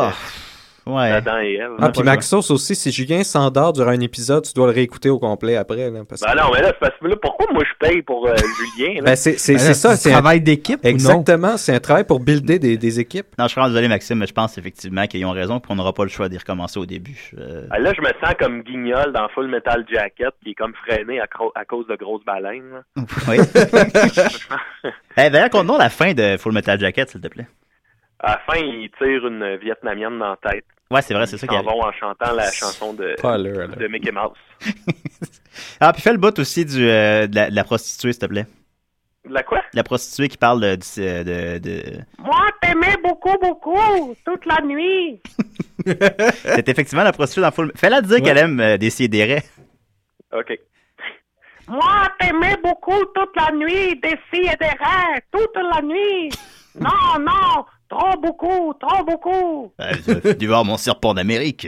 S1: Ah, ouais.
S16: Adam et Ève.
S13: Ah, puis Maxos aussi, si Julien s'endort durant un épisode, tu dois le réécouter au complet après. Là, parce que-
S16: Ben non, mais là, c'est parce que là, pourquoi moi je paye pour euh, Julien? là?
S13: Ben, c'est c'est- c'est ça. c'est un- Exactement. C'est un travail pour builder des, des équipes.
S1: Non, je suis vraiment désolé, Maxime, mais je pense effectivement qu'ils ont raison, qu'on n'aura pas le choix d'y recommencer au début. Euh,
S16: Ah, Là, je me sens comme guignol dans Full Metal Jacket qui est comme freiné à, cro- à cause de grosses baleines. là.
S1: oui. Eh, D'ailleurs, contenons la fin de Full Metal Jacket, s'il te plaît.
S16: À la fin, il tire une Vietnamienne dans la tête.
S1: Ouais, c'est vrai, c'est ça
S16: Ils
S1: qui
S16: s'en
S1: arrive.
S16: vont en chantant la chanson de,
S1: Spoiler alert.
S16: de Mickey Mouse.
S1: Ah, puis fais le bout aussi du, euh, de, la, de la prostituée, s'il te plaît.
S16: De la quoi?
S1: De La prostituée qui parle de. du- euh, de, de-
S17: Moi, t'aimais beaucoup, beaucoup, toute la nuit.
S1: C'est effectivement la prostituée dans Full Fais-la dire qu'elle aime euh, des sidérés.
S16: OK.
S17: Moi, t'aimais beaucoup toute la nuit, des filles et des rêves, toute la nuit. Non, non, trop beaucoup, trop beaucoup.
S1: Euh, J'ai dû voir mon serpent d'Amérique.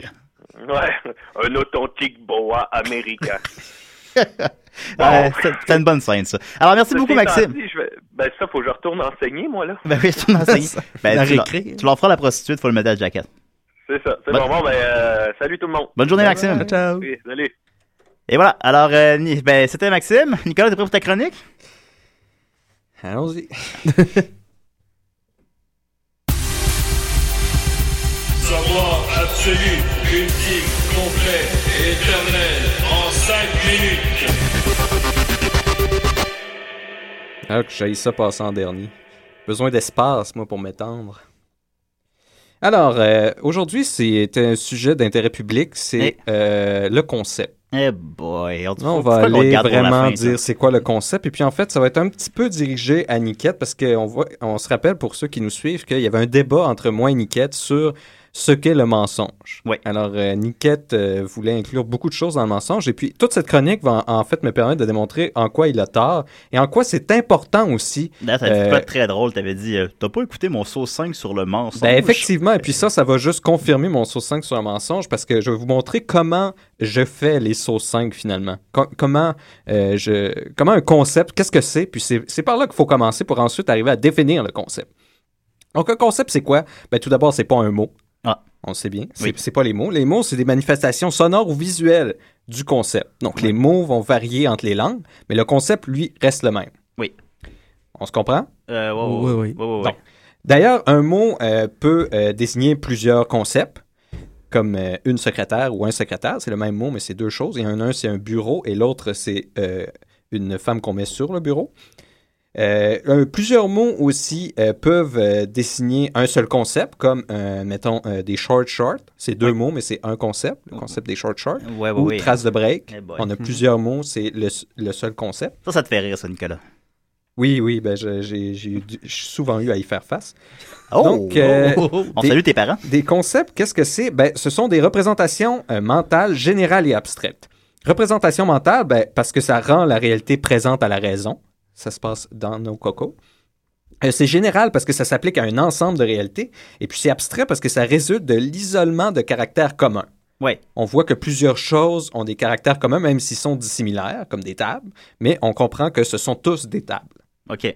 S16: Ouais, un authentique boa américain.
S1: Ouais, c'est- c'est une bonne scène, ça. Alors, merci
S16: Ceci
S1: beaucoup,
S16: étant
S1: Maxime.
S16: dit, je vais- Ben ça, faut que je retourne enseigner, moi, là.
S1: Ben oui, je t'en enseigne. Ben,
S16: La
S1: tu, leur-
S16: récré.
S1: tu leur feras la prostituée de Full Metal Jacket.
S16: C'est ça. C'est
S1: Bonne-
S16: bon, bon, ben, euh, salut tout le monde.
S1: Bonne journée, Maxime.
S16: Bye.
S1: Ciao.
S16: Oui, salut.
S1: Et voilà. Alors, euh, Ni- ben, c'était Maxime. Nicolas, t'es prêt pour ta chronique?
S13: Allons-y.
S2: Savoir absolu, ultime, complet, éternel, en 5 minutes.
S13: Alors Ah, que j'ai ça passer en dernier. Besoin d'espace, moi, pour m'étendre. Alors, euh, aujourd'hui, c'est un sujet d'intérêt public, c'est euh, le concept.
S1: Eh boy. On,
S13: on
S1: pourquoi
S13: va
S1: qu'on le
S13: aller
S1: garde pour la
S13: vraiment
S1: fin, ça?
S13: dire c'est quoi le concept. Et puis en fait, ça va être un petit peu dirigé à Niquette parce qu'on voit, on se rappelle pour ceux qui nous suivent qu'il y avait un débat entre moi et Niquette sur ce qu'est le mensonge. Alors euh, Niquette euh, voulait inclure beaucoup de choses dans le mensonge et puis toute cette chronique va en, en fait me permettre de démontrer en quoi il a tort et en quoi c'est important aussi.
S1: Là, ça
S13: euh,
S1: pas très drôle. T'avais dit, euh, t'as pas écouté mon saut 5 sur le mensonge.
S13: ben effectivement, et puis ça, ça va juste confirmer mon sauce 5 sur un mensonge parce que je vais vous montrer comment je fais les sauces 5 finalement. Com- comment, euh, je, comment un concept, qu'est-ce que c'est, puis c'est c'est par là qu'il faut commencer pour ensuite arriver à définir le concept. Donc un concept, c'est quoi? Ben tout d'abord, c'est pas un mot. On le sait bien. C'est
S1: Ah. Oui.
S13: c'est pas les mots. Les mots, c'est des manifestations sonores ou visuelles du concept. Donc les mots vont varier entre les langues, mais le concept, lui, reste le même.
S1: Oui.
S13: On se comprend?
S1: Euh, ouais, ouais, ouais. Ouais, ouais, ouais.
S13: Donc, D'ailleurs, un mot euh, peut euh, désigner plusieurs concepts, comme euh, une secrétaire ou un secrétaire. C'est le même mot, mais c'est deux choses. Et un, un c'est un bureau et l'autre, c'est euh, une femme qu'on met sur le bureau. Euh, un- plusieurs mots aussi euh, peuvent euh, désigner un seul concept, comme, euh, mettons, euh, des short shorts. C'est deux mots, mais c'est un concept, le concept des short shorts.
S1: Ouais, ouais,
S13: ou
S1: ouais.
S13: trace de break.
S1: Ah bah Eh boy.
S13: On a plusieurs mots, c'est le, le seul concept.
S1: Ça, ça te fait rire, ça, Nicolas.
S13: Oui, oui, ben je- j'ai j'ai eu du- j'ai souvent eu à y faire face.
S1: Oh! Oh, oh, oh. On salue tes parents.
S13: euh, Des concepts, qu'est-ce que c'est? Ben, ce sont des représentations euh, mentales générales et abstraites. Représentation mentale, ben, parce que ça rend la réalité présente à la raison. Ça se passe dans nos cocos. Euh, c'est général parce que ça s'applique à un ensemble de réalités. Et puis c'est abstrait parce que ça résulte de l'isolement de caractères communs.
S1: Ouais.
S13: On voit que plusieurs choses ont des caractères communs, même s'ils sont dissimilaires, comme des tables, mais on comprend que ce sont tous des tables.
S1: OK.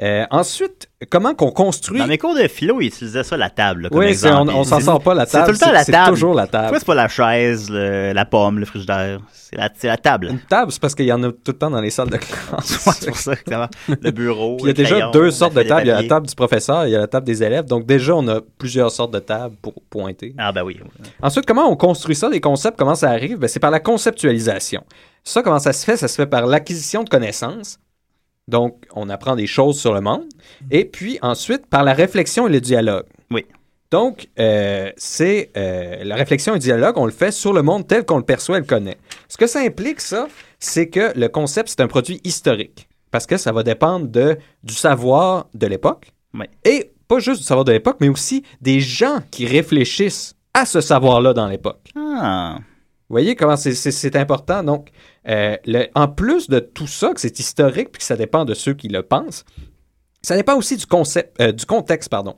S13: Euh, ensuite, comment qu'on construit...
S1: Dans mes cours de philo, ils utilisaient ça, la table. là, comme
S13: Oui, c'est-
S1: exemple.
S13: on, on s'en
S1: C'est-
S13: sort pas la
S1: C'est
S13: table.
S1: tout le temps la
S13: c'est
S1: table.
S13: toujours la table.
S1: Pourquoi c'est pas la chaise, le- la pomme, le frigidaire? C'est la, c'est la table.
S13: Une table, c'est parce qu'il y en a tout le temps dans les salles de classe.
S1: Ouais, c'est pour ça, exactement. Le bureau.
S13: Puis il y a
S1: le
S13: déjà
S1: crayon,
S13: deux sortes de
S1: feuille
S13: tables. Il y a la
S1: papier.
S13: table du professeur, il y a la table des élèves. Donc déjà, on a plusieurs sortes de tables pour pointer.
S1: Ah ben oui.
S13: Ensuite, comment on construit ça, les concepts, comment ça arrive? Ben, c'est par la conceptualisation. Ça, comment ça se fait? Ça se fait par l'acquisition de connaissances. Donc, on apprend des choses sur le monde. Et puis ensuite, par la réflexion et le dialogue.
S1: Oui.
S13: Donc, euh, c'est euh, la réflexion et le dialogue, on le fait sur le monde tel qu'on le perçoit et le connaît. Ce que ça implique, ça, c'est que le concept, c'est un produit historique. Parce que ça va dépendre de, du savoir de l'époque. Et pas juste du savoir de l'époque, mais aussi des gens qui réfléchissent à ce savoir-là dans l'époque.
S1: Ah.
S13: Vous voyez comment c'est- c'est c'est important. Donc, euh, le- en plus de tout ça, que c'est historique puis que ça dépend de ceux qui le pensent, ça dépend aussi du, concept, euh, du contexte. Pardon.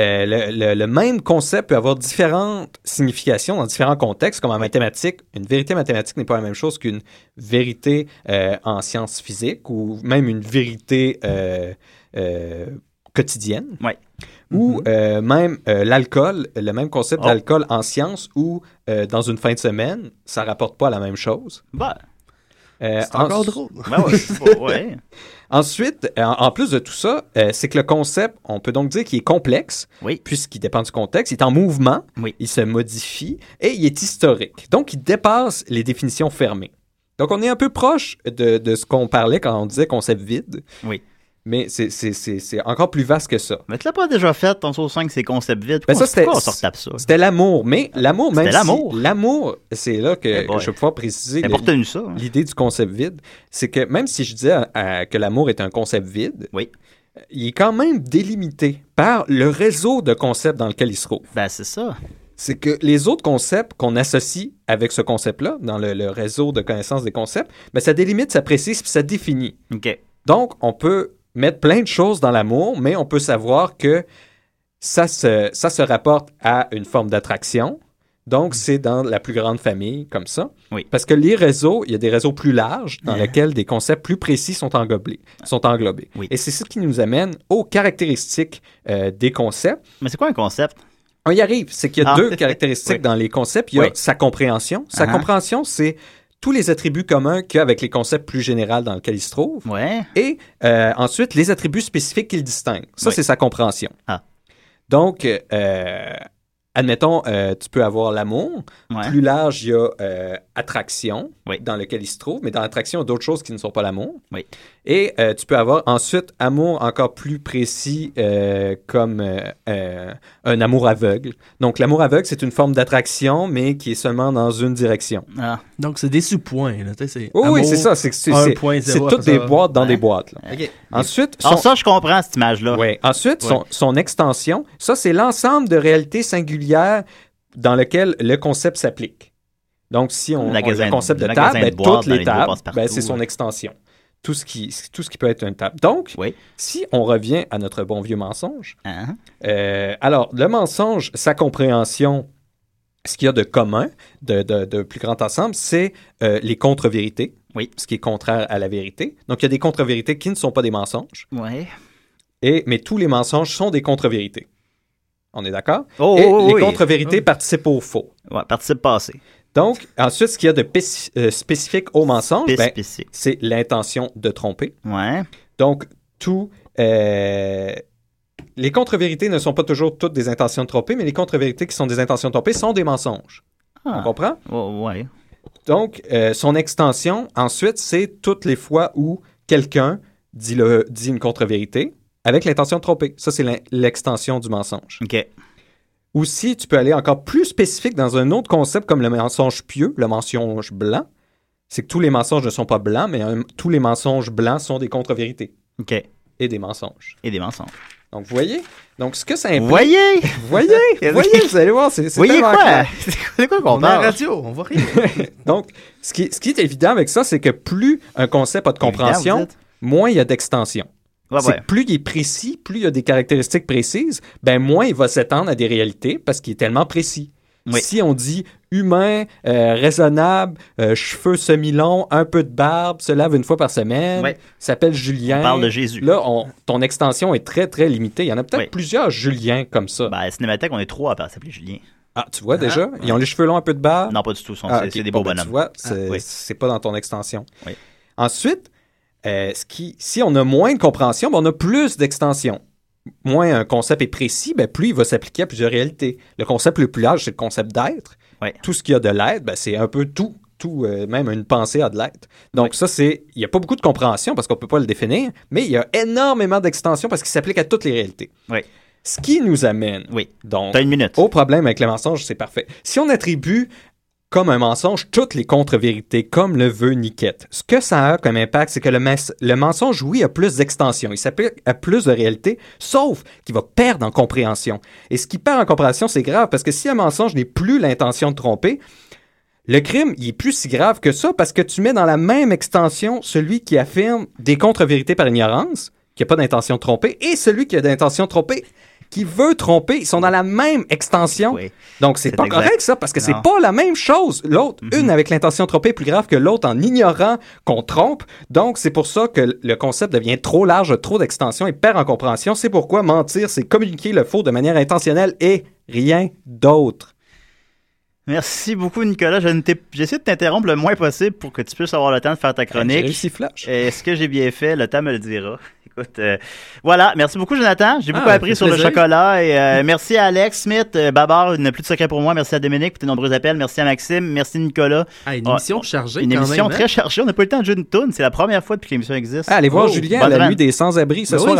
S13: Euh, le, le- le même concept peut avoir différentes significations dans différents contextes, comme en mathématiques. Une vérité mathématique n'est pas la même chose qu'une vérité euh, en sciences physiques ou même une vérité euh, euh, quotidienne. Ou euh, même euh, l'alcool, le même concept
S1: Oh.
S13: d'alcool en sciences ou euh, dans une fin de semaine, ça rapporte pas à la même chose.
S1: Bah.
S13: Euh,
S1: C'est encore
S13: ens-
S1: drôle. Ben ouais, c'est pas- ouais.
S13: Ensuite, euh, en plus de tout ça, euh, c'est que le concept, on peut donc dire qu'il est complexe, puisqu'il dépend du contexte, il est en mouvement, il se modifie et il est historique. Donc, il dépasse les définitions fermées. Donc, on est un peu proche de, de ce qu'on parlait quand on disait concept vide.
S1: Oui.
S13: Mais c'est- c'est c'est- c'est encore plus vaste que ça.
S1: Mais tu l'as pas déjà fait, ton saut 5, c'est concept vide.
S13: Ben ça,
S1: Pourquoi
S13: c'était,
S1: pourquoi on sort tape ça?
S13: c'était l'amour, mais l'amour, même
S1: C'était l'amour.
S13: si l'amour, c'est là que,
S1: Eh boy.
S13: que je vais pouvoir préciser
S1: T'as
S13: le-
S1: pas retenu ça, hein?
S13: l'idée du concept vide, c'est que même si je disais euh, que l'amour est un concept vide, euh, il est quand même délimité par le réseau de concepts dans lequel il se trouve.
S1: Ben, c'est ça.
S13: C'est que les autres concepts qu'on associe avec ce concept-là, dans le, le réseau de connaissances des concepts, ben, ça délimite, ça précise, puis ça définit. Donc, on peut mettre plein de choses dans l'amour, mais on peut savoir que ça se, ça se rapporte à une forme d'attraction.
S1: Mm.
S13: Donc, c'est dans la plus grande famille, comme ça. Parce que les réseaux, il y a des réseaux plus larges dans
S1: Ouais.
S13: lesquels des concepts plus précis sont englobés. Sont englobés. Et c'est ce qui nous amène aux caractéristiques euh, des concepts.
S1: Mais c'est quoi un concept?
S13: On y arrive. C'est qu'il y a
S1: Ah.
S13: deux caractéristiques dans les concepts. Il y a
S1: Oui.
S13: sa compréhension. Sa
S1: Ah.
S13: compréhension, c'est tous les attributs communs qu'il y a avec les concepts plus généraux dans lesquels il se trouve. Et euh, ensuite, les attributs spécifiques qu'il distingue. Ça,
S1: Oui.
S13: c'est sa compréhension. Donc, euh, admettons, euh, tu peux avoir l'amour.
S1: Ouais.
S13: Plus large, il y a euh, attraction dans lequel il se trouve. Mais dans l'attraction, il y a d'autres choses qui ne sont pas l'amour. Et euh, tu peux avoir ensuite amour encore plus précis euh, comme euh, euh, un amour aveugle. Donc, l'amour aveugle, c'est une forme d'attraction, mais qui est seulement dans une direction.
S1: Ah.
S12: Donc, c'est des sous-points. là, tu sais, c'est
S13: Oh oui,
S12: amour,
S13: c'est ça. C'est, c'est, c'est-
S12: 1.0,
S13: c'est
S12: après
S13: toutes
S12: ça.
S13: des boîtes dans des boîtes. là.
S12: Ok.
S13: Ensuite,
S1: Ah, ça, je comprends cette image-là.
S13: Oui. Ensuite, son,
S1: Ouais.
S13: son extension, ça, c'est l'ensemble de réalités singulières dans lequel le concept s'applique. Donc, si on,
S1: Le
S13: on-
S1: magasin-
S13: le concept de
S1: le magasin
S13: table, ben,
S1: de boîtes
S13: toutes
S1: dans
S13: les
S1: les bureaux
S13: tables,
S1: passe-partout,
S13: ben, c'est son
S1: ouais.
S13: extension. Tout ce, qui, tout ce qui peut être une table. Donc, si on revient à notre bon vieux mensonge,
S1: Hein?
S13: euh, alors, le mensonge, sa compréhension, ce qu'il y a de commun, de, de- de plus grand ensemble, c'est euh, les contre-vérités, ce qui est contraire à la vérité. Donc, il y a des contre-vérités qui ne sont pas des mensonges,
S1: Ouais.
S13: et, mais tous les mensonges sont des contre-vérités. On est d'accord?
S1: Oh,
S13: et
S1: oh,
S13: les
S1: oui.
S13: contre-vérités participent au faux.
S1: Ouais, participe passé.
S13: Donc, ensuite, ce qu'il y a de péci- euh, spécifique au mensonge,
S1: Spé-
S13: ben,
S1: spécifique.
S13: c'est l'intention de tromper.
S1: Ouais.
S13: Donc, tout. euh, les contre-vérités ne sont pas toujours toutes des intentions de tromper, mais les contre-vérités qui sont des intentions de tromper sont des mensonges.
S1: Ah.
S13: On comprend?
S1: Oh, ouais.
S13: Donc, euh, son extension, ensuite, c'est toutes les fois où quelqu'un dit, le, dit une contre-vérité avec l'intention de tromper. Ça, c'est l'in- l'extension du mensonge.
S1: OK.
S13: Aussi, tu peux aller encore plus spécifique dans un autre concept comme le mensonge pieux, le mensonge blanc. C'est que tous les mensonges ne sont pas blancs, mais euh, tous les mensonges blancs sont des contre-vérités.
S1: OK.
S13: Et des mensonges.
S1: Et des mensonges.
S13: Donc, vous voyez? Donc, ce que ça implique...
S1: Voyez!
S13: Voyez! voyez! Vous allez voir, c'est c'est
S1: Voyez
S13: tellement
S1: quoi?
S13: clair.
S1: C'est quoi qu'on
S13: On est à la
S1: parle?
S13: radio,
S12: on voit rien.
S13: Donc, ce qui, ce qui est évident avec ça, c'est que plus un concept a de compréhension,
S1: Évident, vous dites.
S13: moins il y a d'extension.
S1: Ouais,
S13: C'est
S1: ouais.
S13: que Plus il est précis, plus il y a des caractéristiques précises, ben moins il va s'étendre à des réalités parce qu'il est tellement précis. Si on dit humain, euh, raisonnable, euh, cheveux semi-longs, un peu de barbe, se lave une fois par semaine,
S1: Ouais.
S13: s'appelle Julien.
S1: On parle de Jésus.
S13: Là, on- ton extension est très, très limitée. Il y en a peut-être plusieurs Julien comme ça.
S1: Ben, à Cinémathèque, on est trois à s'appeler Julien.
S13: Ah, tu vois déjà, ils ont les cheveux longs, un peu de barbe.
S1: Non, pas du tout. sont-
S13: Ah,
S1: c'est-
S13: ok.
S1: c'est des
S13: Bon,
S1: beaux
S13: ben,
S1: bonhommes.
S13: Tu vois,
S1: Ah,
S13: c'est
S1: oui.
S13: c'est pas dans ton extension.
S1: Oui.
S13: Ensuite, euh, ce qui, si on a moins de compréhension, ben, on a plus d'extensions. Moins un concept est précis, ben, plus il va s'appliquer à plusieurs réalités. Le concept le plus large, c'est le concept d'être. Tout ce qu'il y a de l'être, ben, c'est un peu tout. Tout, euh, même une pensée a de l'être. Donc, ça, c'est. Il n'y a pas beaucoup de compréhension parce qu'on ne peut pas le définir, mais il y a énormément d'extensions parce qu'il s'applique à toutes les réalités. Ce qui nous amène donc, au problème avec le mensonge, c'est parfait. Si on attribue comme un mensonge toutes les contre-vérités, comme le veut Niquette, ce que ça a comme impact, c'est que le, mens- le mensonge, oui, a plus d'extension, il s'applique à plus de réalités, sauf qu'il va perdre en compréhension. Et ce qui perd en compréhension, c'est grave, parce que si un mensonge n'est plus l'intention de tromper, le crime, il est plus si grave que ça parce que tu mets dans la même extension celui qui affirme des contre-vérités par ignorance, qui n'a pas d'intention de tromper, et celui qui a d'intention de tromper, qui veut tromper. Ils sont dans la même extension. Donc, c'est pas
S1: exact.
S13: correct, ça, parce que c'est
S1: Non. Mm-hmm.
S13: pas la même chose. L'autre, une avec l'intention de tromper est plus grave que l'autre en ignorant qu'on trompe. Donc, c'est pour ça que le concept devient trop large, trop d'extension et perd en compréhension. C'est pourquoi mentir, c'est communiquer le faux de manière intentionnelle et rien d'autre.
S1: Merci beaucoup, Nicolas. Je ne t'ai- J'essaie de t'interrompre le moins possible pour que tu puisses avoir le temps de faire ta chronique.
S13: j'ai réussi flash.
S1: Est-ce que j'ai bien fait? Le temps me le dira. Écoute, euh, voilà. Merci beaucoup, Jonathan.
S13: Ah,
S1: J'ai beaucoup
S13: ça
S1: appris
S13: fait
S1: sur
S13: plaisir.
S1: le chocolat. Et, euh, merci à Alex Smith, euh, Babar, il n'a plus de secret pour moi. Merci à Dominique pour tes nombreux appels. Merci à Maxime. Merci, Nicolas.
S12: Ah, une
S1: Ah,
S12: émission chargée.
S1: Une
S12: quand
S1: émission
S12: même, hein?
S1: très chargée. On n'a pas eu le temps de jouer une toune. C'est la première fois depuis que l'émission existe.
S13: Ah, allez voir
S1: Oh,
S13: Julien à
S1: bonne
S13: la
S1: semaine.
S13: nuit des sans-abri ce
S1: Ben oui,
S13: soir